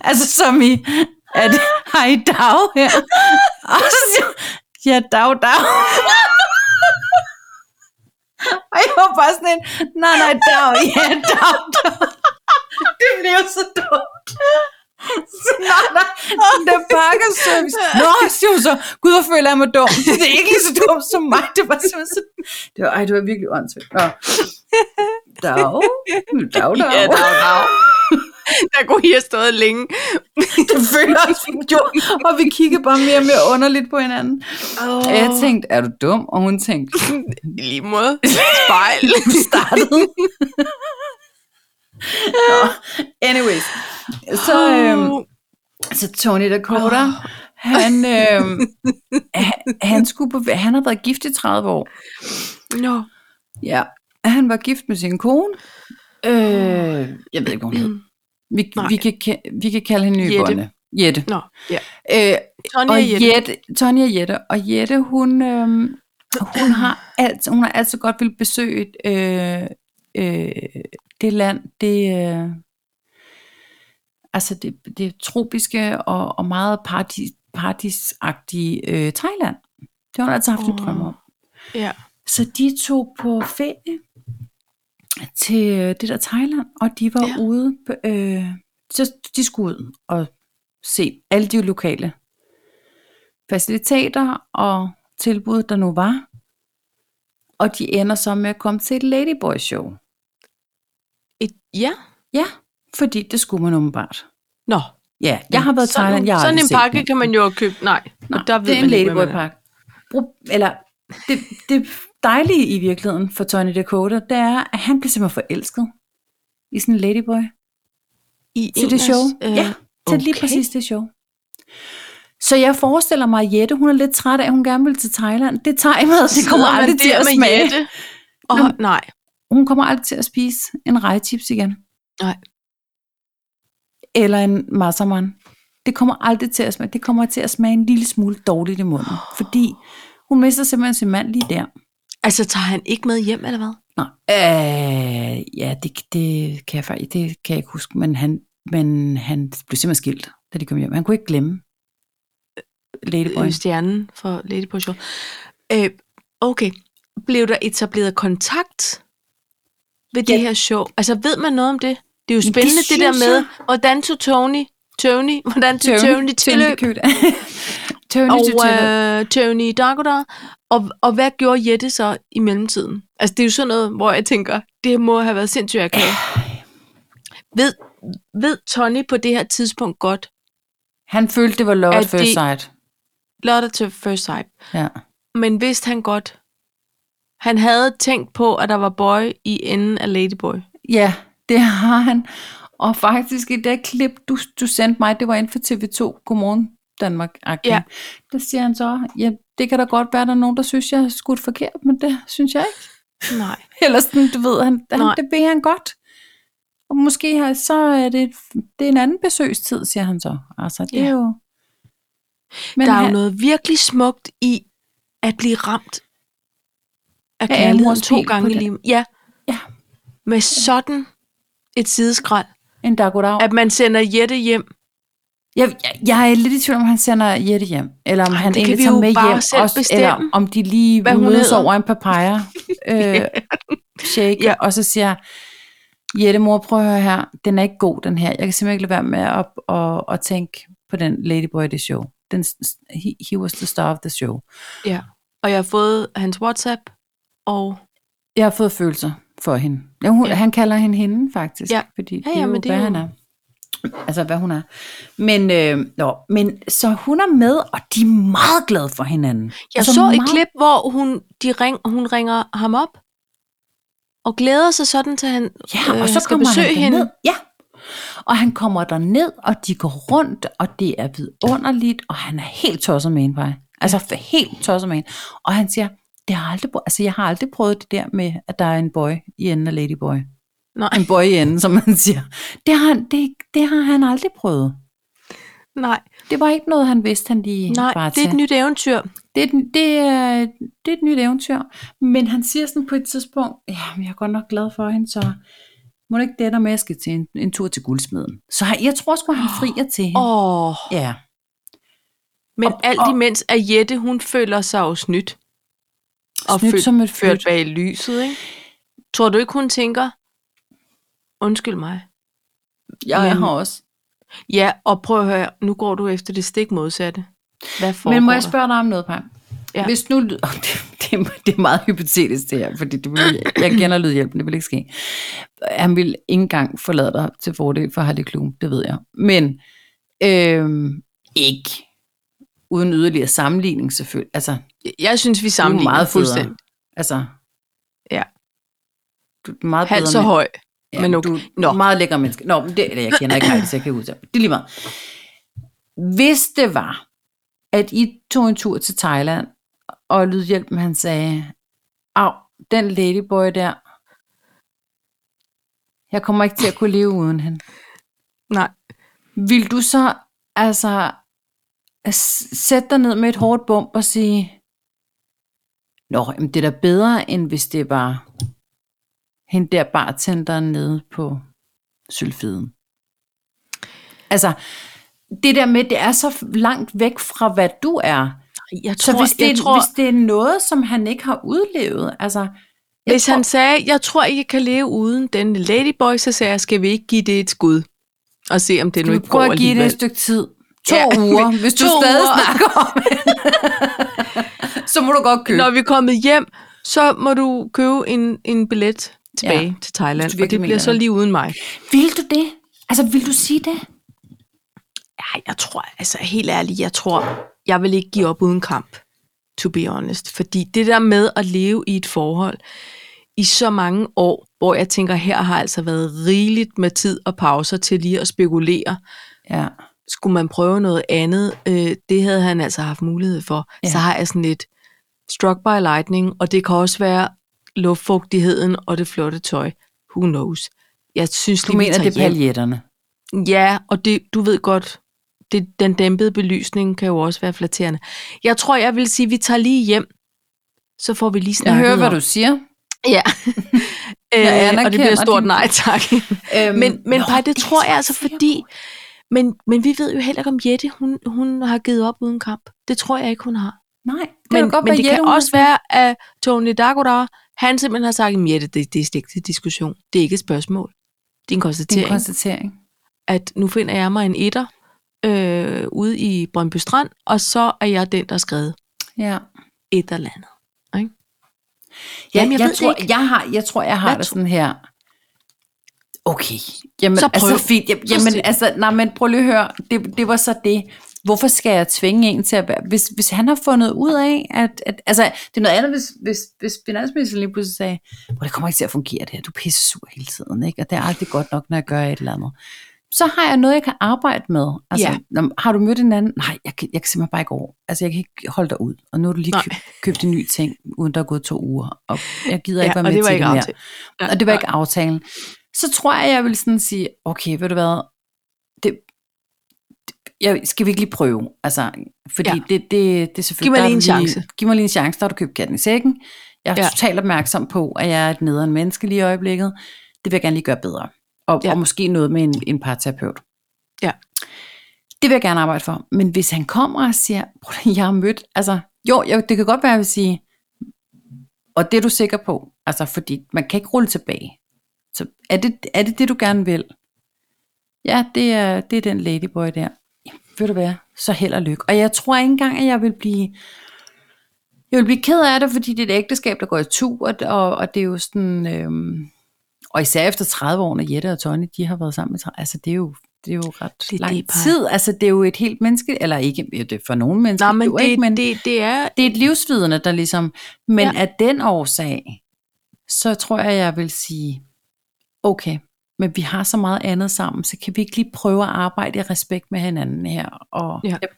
altså som i, at hej dag her. Og så siger hun, ja, dag, dag. Og jeg var bare sådan en, nej, nej, dag, ja, dag, dag. Det blev så dumt. Så, nej, nej, den der pakkerservice. Nå, siger hun så, gud, hvor føler jeg mig dum. Det er ikke lige så dumt som mig. Det var simpelthen så... Det var, ej, det var virkelig åndssvagt. Nå. Dag, Hmm, dag, dag.
Ja, dag, dag. [LAUGHS] Der kunne I have stået [LAUGHS] længe.
Det føler os, vi gjorde. Og vi kiggede bare mere og mere underligt på hinanden.
Oh.
Og jeg tænkte, er du dum? Og hun tænkte,
I lige måde. [LAUGHS] Spejl.
du startede. [LAUGHS] Nå, Anyways. Så, øhm,
Åh,
så Tony Dakota, han, øhm, han, han, skulle på, han har været gift i 30 år.
Nå.
Ja. Han var gift med sin kone. Øh, jeg ved ikke, hvor hun hed. Vi,
Nej.
vi, kan, ka- vi kan kalde hende
Jette.
Nyborne. Jette.
Nå, ja.
Øh,
Tonje
og
og Jette.
Jette, Tonja Jette. Og Jette, hun, øhm, hun, har alt, hun har altid godt vil besøge et, øh, øh, det land, det, øh, altså det, det tropiske og, og meget paradis, paradisagtige øh, Thailand. Det har hun altid haft en
Åh.
drøm om.
Ja.
Så de tog på ferie til øh, det der Thailand, og de var
Ja.
ja. ude. På, øh, så de skulle ud og se alle de lokale faciliteter og tilbud, der nu var. Og de ender så med at komme til et Ladyboy-show.
Et, ja.
Ja, fordi det skulle man åbenbart.
Nå.
Ja, jeg har været i Thailand. Jeg har
sådan
aldrig
en
set
pakke
den.
kan man jo have købt. Nej,
Nej,
Og der ved
det er en
man ikke, hvad man er.
Ladyboy-pakke. Pro- Eller, det, det dejlige i virkeligheden for Tony Dakota, det er, at han bliver simpelthen forelsket i sådan en Ladyboy
I
til det
Engers,
show.
øh,
ja, til okay. lige
okay.
præcis det show. Så jeg forestiller mig, at Jette, hun er lidt træt af, at hun gerne vil til Thailand. Det tager med, det kommer
sidder man
aldrig til
der
at
med
smage.
Jette. Åh,
Jamen-
nej.
Hun kommer aldrig til at spise en rejchips igen.
Nej.
Eller en masserman. Det kommer aldrig til at smage. Det kommer til at smage en lille smule dårligt i munden. Fordi hun mister simpelthen sin mand lige der.
Altså, tager han ikke med hjem, eller hvad?
Nå. Øh, ja, det, det kan jeg faktisk det kan jeg ikke huske. Men han, men han blev simpelthen skilt, da de kom hjem. Han kunne ikke glemme Ladyboy.
Øh, stjernen for Lady på Show. Øh, okay. Blev der etableret kontakt ved det
Ja.
her show? Altså, ved man noget om det? Det er jo
det
spændende, det, det der
synes
med,
jeg.
hvordan tog Tony, Tony, hvordan tog Tony til løb,
Tony
og
til tilløb.
øh, Tony Dagoda, og, og hvad gjorde Jette så i mellemtiden? Altså, det er jo sådan noget, hvor jeg tænker, det må have været sindssygt akavet. Ved, ved Tony på det her tidspunkt godt,
Han følte, det var love
at
at first
de-
sight.
lørdag til first sight,
Ja.
Men vidste han godt, han havde tænkt på, at der var boy i enden af Ladyboy.
Ja, det har han. Og faktisk i det klip, du, du sendte mig, det var inden for TV2, Godmorgen Danmark.
Ja.
Ja. Der siger han så, ja, det kan da godt være, der er nogen, der synes, jeg har skudt forkert, men det synes jeg ikke. [LAUGHS]
Nej.
Eller sådan, du ved, han, han,
Nej.
det ved han godt. Og måske har, så er det, det er en anden besøgstid, siger han så. Altså, det
Ja.
er jo...
Men
Men
der er jo
han,
noget virkelig smukt i at blive ramt af
Af
kærligheden
Amors
to
pil på
gange i
den.
livet. Ja.
Ja.
Med sådan et sideskrald,
en dagodag.
at man sender Jette hjem.
Jeg, jeg, jeg er lidt i tvivl om, han sender Jette hjem, eller om
Ej,
Ej, han
det kan
egentlig
vi
tager
jo
med
bare
hjem,
selv bestemme,
eller om de lige
hvad hun
mødes
hedder.
over en
[LAUGHS]
papaya øh, shake,
Ja.
ja. og så siger jeg, Jette mor, prøv at høre her, den er ikke god den her, jeg kan simpelthen ikke lade være med at, at, at tænke på den Ladyboy i det show. Den, he, he was the star of the show.
Og jeg har fået hans WhatsApp, og
Jeg har fået følelser for hende. Ja, hun, ja. Han kalder hende hende, faktisk.
Ja.
Fordi
Ja,
det
ja,
er jo,
men det er
hvad
jo-
han er. Altså, hvad hun er. Men, øh, nå, men så hun er med, og de er meget glade for hinanden.
Jeg
altså,
så et
meget-
klip, hvor hun, de ring, hun ringer ham op og glæder sig sådan til han.
Ja, og
øh,
så
han skal
kommer
besøge
han
hende.
derned. Ja. Og han kommer derned, og de går rundt, og det er vidunderligt, og han er helt tosset med hende, bare. Altså f- helt tosset med hende. Og han siger, det har jeg aldrig prøvet. Altså, jeg har aldrig prøvet det der med, at der er en boy i enden af ladyboy.
Nej,
En boy i enden, som man siger. Det har, han- det, det har han aldrig prøvet.
nej,
Det var ikke noget, han vidste, han lige
nej,
var
det er
til.
et nyt eventyr.
Det er, et- det, er, det er et nyt eventyr. Men han siger sådan på et tidspunkt, ja, men jeg er godt nok glad for hende, så må du ikke det der med, at jeg skal til en, en tur til guldsmeden. Så han, jeg tror sgu, han frier til hende.
Åh, oh,
Ja.
men
og-
alt
og-
imens er Jette, hun føler sig jo snydt. Og
Snydt
følt,
som et
ført
fyrt.
bag lyset, ikke? Tror du ikke, hun tænker, undskyld mig.
Jeg
Men-
men, har også.
Ja, og prøv at høre, nu går du efter det stik modsatte. Hvad foregår
Men må jeg
der?
spørge dig om noget, Pam?
Ja.
Ja. Hvis nu, lyd- [LAUGHS] Åh, det, det, er- det er meget hypotetisk det her, fordi det vil, jeg kender lydhjælpen, det vil ikke ske. Han vil ikke engang forlade dig til fordel for Harley Klum, det ved jeg. Men øhm, ikke uden yderligere sammenligning selvfølgelig. Altså,
Jeg synes, vi
Sammenlignet
sammenligner meget fuldstændig.
Altså.
Ja.
Du er meget
Halvt
bedre
så
men-
høj.
Ja,
men
men
okay.
okay. du
Nå.
er meget lækker menneske. Nå, men det, eller jeg kender ikke dig, så jeg kan ikke udtale. Det er lige meget. Hvis det var, at I tog en tur til Thailand, og Lydhjælpen han sagde, Au, den ladyboy der, jeg kommer ikke til at kunne leve uden hende.
Nej.
Vil du så altså s- sætte dig ned med et hårdt bump og sige, Nå, jamen det er da bedre, end hvis det var hende der bartenderen nede på sylfiden. Altså, det der med, det er så langt væk fra, hvad du er.
Jeg
Så
tror,
hvis det,
jeg
er,
tror,
hvis det er noget, som han ikke har udlevet, altså... jeg
Hvis
tror-
han sagde, jeg tror ikke, jeg kan leve uden den ladyboy, så sagde jeg, skal vi ikke give det et skud? Og se, om det nu
Skal vi
ikke går
prøve at give det
alligevel.
et stykke tid? To
Ja,
ja,
[LAUGHS]
uger, hvis du
to
stadig
uger.
snakker om det. så må du godt købe.
Når vi er kommet hjem, så må du købe en, en billet tilbage ja, til Thailand,
hvis du
og det
virkelig
bliver
mener
så
det.
lige uden mig.
Vil du det? Altså, vil du sige det?
Ej, jeg tror, altså helt ærligt, jeg tror, jeg vil ikke give op uden kamp, to be honest. Fordi det der med at leve i et forhold i så mange år, hvor jeg tænker, her har altså været rigeligt med tid og pauser til lige at spekulere,
Ja.
skulle man prøve noget andet, øh, det havde han altså haft mulighed for. Ja.
Ja.
Så har jeg sådan lidt struck by lightning, og det kan også være luftfugtigheden og det flotte tøj. Who knows? Jeg synes
Du
lige, vi
mener,
tager
det er paljetterne?
hjem. Ja, og det, du ved godt, det, den dæmpede belysning kan jo også være flatterende. Jeg tror, jeg vil sige, vi tager lige hjem, så får vi lige
Jeg
snakket
hører, hvad
om-
du siger.
Ja. øh, og det bliver
anerkender
stort
din-
nej, tak.
Øhm,
Men, men Paj, det tror jeg altså,
siger
fordi... Men, men vi ved jo heller ikke, om Jette hun, hun har givet op uden kamp. Det tror jeg ikke, hun har.
Nej, det
Men,
kan godt
men
være,
det
Jette,
kan
hun
også være, at Tony Dagodar, han simpelthen har sagt, at Jette, det, det er stik til diskussion. Det er ikke et spørgsmål. Det er en
Det er
konstatering,
en konstatering.
at nu finder jeg mig en etter øh, ude i Brøndby Strand, og så er jeg den, der har skrevet
Ja.
et eller andet.
Ja,
Jamen, jeg
jeg, jeg,
ved det
tror,
ikke.
jeg, har, jeg tror, jeg har
Hvad
det
tro-
sådan her. Okay. Jamen,
Så prøv.
altså fint. Jamen,
sig.
jamen altså, nej, men prøv lige at høre. Det, det var så det. Hvorfor skal jeg tvinge en til at være... Hvis, hvis han har fundet ud af, at, at... Altså, det er noget andet, hvis, hvis, hvis finansministeren lige pludselig sagde, hvor det kommer ikke til at fungere det her, du er pisse sur hele tiden, ikke? Og det er aldrig godt nok, når jeg gør et eller andet. Så har jeg noget, jeg kan arbejde med. Altså,
Ja.
ja. har du mødt en anden? Nej, jeg kan, jeg kan simpelthen bare ikke over. Altså, jeg kan ikke holde dig ud. Og nu har du lige
Nej.
købt, købt en ny ting, uden der er gået to uger. Og jeg gider
Ja,
ikke være
og
med
det var
til
ikke
det mere
aftalt. Ja,
og det var
nej.
ikke aftalen. Så tror jeg, jeg ville sådan sige, okay, ved du hvad, det, det- jeg, skal vi ikke lige prøve? Altså, fordi
Ja.
ja. det, det, det er selvfølgelig...
Giv mig
der er
lige en
du
chance.
Giv mig lige en chance, der har du købt katten i sækken. Jeg er
Ja.
ja. totalt opmærksom på, at jeg er et nederen menneske lige i øjeblikket. Det vil jeg gerne lige gøre bedre. Og,
Ja.
ja. og måske noget med en, en parterapeut.
Ja.
Det vil jeg gerne arbejde for. Men hvis han kommer og siger, "Prøv at høre, jeg har mødt... Altså, jo, jeg, det kan godt være, at jeg vil sige, og det er du sikker på, altså fordi man kan ikke rulle tilbage. Så er det er det, det, du gerne vil? Ja, det er, det er den ladyboy der. Jamen, ved du hvad, så held og lykke. Og jeg tror ikke engang, at jeg vil blive Jeg vil blive ked af det, fordi det er et ægteskab, der går i tur, og, og det er jo sådan... Øhm, og især efter 30 år, når Jette og Tony, de har været sammen i 30, altså det er jo, det er jo ret
Det er
lang
det, Paj.
tid. Altså det er jo et helt menneske, eller ikke, ja, det er for nogle mennesker,
Nej, men
jo,
det,
ikke, men det,
det, det er...
det er et livsvidende, der ligesom... Men
Ja.
ja. af den årsag, så tror jeg, jeg vil sige, okay, men vi har så meget andet sammen, så kan vi ikke lige prøve at arbejde i respekt med hinanden her? Og
Ja.
jeg,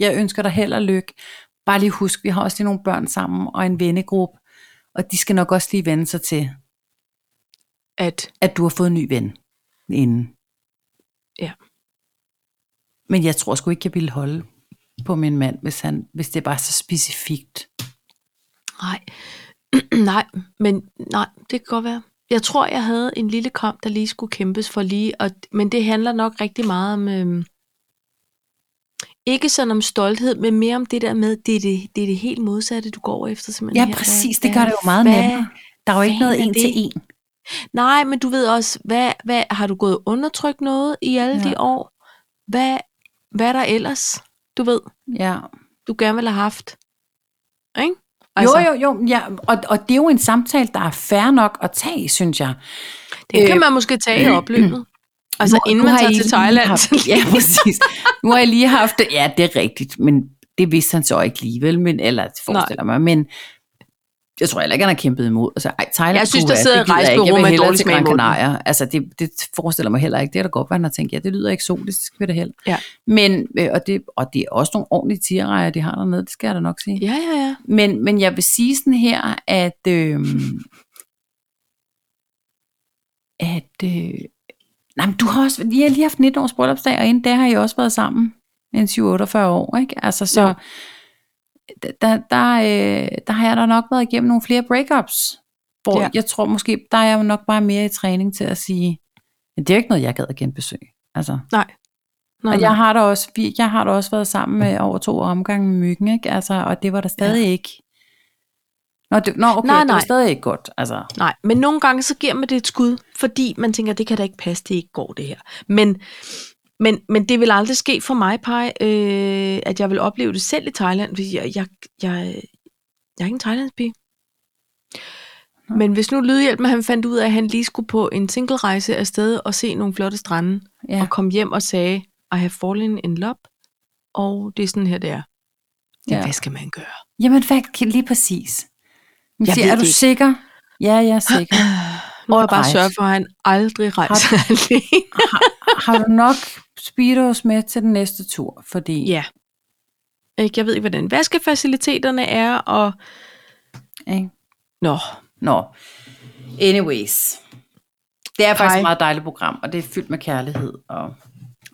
jeg ønsker dig held og lykke. Bare lige husk, vi har også lige nogle børn sammen og en vennegruppe, og de skal nok også lige vende sig til,
At,
at du har fået en ny ven inden.
Ja.
Men jeg tror sgu ikke, jeg ville holde på min mand, hvis, han, hvis det var så specifikt.
nej, [CLEARS THROAT] nej, men nej, det kan godt være. Jeg tror, jeg havde en lille kamp, der lige skulle kæmpes for lige, og, men det handler nok rigtig meget om... Øhm, ikke sådan om stolthed, men mere om det der med, det er det, det, er det helt modsatte, du går efter. Simpelthen her.
Ja,
Hvad-
præcis. Det
hvad-
gør det jo meget
hvad-
nemmere. Der er jo ikke
fanden
noget
er
en
det?
til en.
Nej, men du ved også, hvad, hvad har du gået og undertrykt noget i alle ja.
Ja.
de år? Hvad, hvad er der ellers, du ved,
Ja.
du gerne ville have haft? Ikke?
Altså. Jo, jo, jo. Ja. Og, og det er jo en samtale, der er fair nok at tage, synes jeg.
Det kan
Øh,
man måske
[CLEARS THROAT]
tage i opløbet. Altså nu, inden
nu
man
har
tager
I
til
lige
Thailand. [LAUGHS]
Haft, ja, præcis. Nu har jeg lige haft det. Ja, det er rigtigt, men det vidste han så ikke lige, vel? Men, eller det forestiller Nej. mig, men jeg tror heller ikke, han har kæmpet imod. Altså, ej, Thailand,
Jeg synes,
puha,
der sidder
det
et
gider jeg ikke. Jeg
rejsebureau
vil
med
hellere
dårlig
til
smag i
Gran
munden.
Canaria. Altså, det, det forestiller mig heller ikke. Det er da godt, hvad han har tænkt. Ja, det lyder eksotisk, det skal vi da heller.
Ja.
Men, øh, og, det, og det er også nogle ordentlige tierrejer, de har dernede, det skal jeg da nok sige.
Ja, ja, ja.
Men, men jeg vil sige sådan her, at, øhm, at øh, nej, men du har også, I har lige haft 19 års bryllupsdag, og inden der har I også været sammen en 7-48 år, ikke? Altså, så
Jo.
der, der, øh, der har jeg da nok været igennem nogle flere breakups, hvor
Ja.
ja. jeg tror måske, der er jeg nok bare mere i træning til at sige, men det er jo ikke noget, jeg gad at genbesøge. Altså,
Nå,
og
nå.
jeg har da også, vi- jeg har da også været sammen med over to omgange med myggen, ikke? Altså, og det var da stadig ja. ikke... Nå, det, nå okay,
Nej,
nej, nej. det var
nej.
stadig ikke godt. Altså,
Nej, men nogle gange så giver man det et skud, fordi man tænker, det kan da ikke passe, det ikke går det her. Men, men, men det vil aldrig ske for mig, Paj, øh, at jeg vil opleve det selv i Thailand, fordi jeg, jeg, jeg, jeg er ikke en thailandspige. Men hvis nu Lydhjælpen, han fandt ud af, at han lige skulle på en single rejse afsted og se nogle flotte strande,
ja.
og kom hjem og sagde, I have fallen in love, og det er sådan her, det er. Ja.
Ja.
Hvad skal man gøre?
Jamen, hvad, kan- lige præcis. Man
Jeg
siger,
ved
er
det
du
ikke."
sikker? Ja, jeg er sikker. [LAUGHS]
Nu må jeg bare
Alright.
sørge for, at han aldrig rejser [LAUGHS] alene.
har du nok speedos med til den næste tur? Fordi,
Ja. Ikke? Jeg ved ikke, hvordan vaskefaciliteterne er, og...
ikke?
Nå,
Nå. Anyways. Det er faktisk
Hej.
et meget dejligt program, og det er fyldt med kærlighed. Og...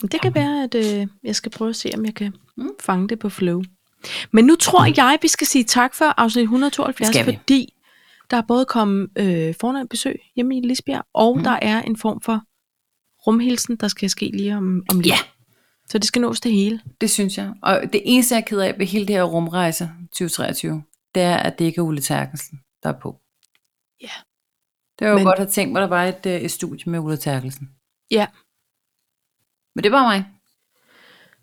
men det kan være, at øh, jeg skal prøve at se, om jeg kan hmm, fange det på flow. Men nu tror jeg, vi skal sige tak for afsnit 172,
Mm. Skal vi.
fordi der er både kommet øh, fornemt besøg hjemme i Lisbjerg, og mm. der er en form for rumhilsen, der skal ske lige om, om lidt.
Ja,
Så det skal nås det hele.
Det synes jeg. Og det eneste, jeg er ked af ved hele det her rumrejse 2023, det er, at det ikke er Ulle Terkelsen, der er på.
Ja.
Det var jo
Men-
godt at tænke mig, at der var et, øh, et studie med Ulle Terkelsen.
Ja,
Men det var mig.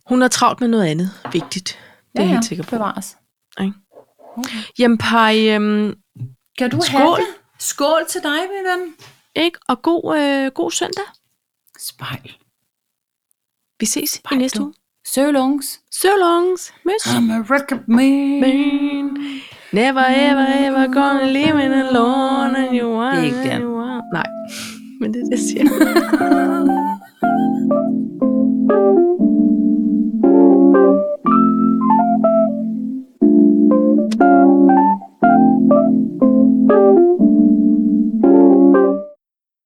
hun er travlt med noget andet vigtigt. Det er jeg helt sikker på.
Bevares.
Jamen, Paj, øhm,
Kan du
Skål.
have det? Skål til dig, min ven.
ikke? Og god, øh, god søndag.
Spejl.
Vi ses i
Pej,
næste
du.
uge.
Sølungs.
So long's, miss.
I'm a record man.
Man. Never ever ever gonna leave me alone and you want
Det er ikke
and
den.
you want. Nej, men det er det, jeg siger.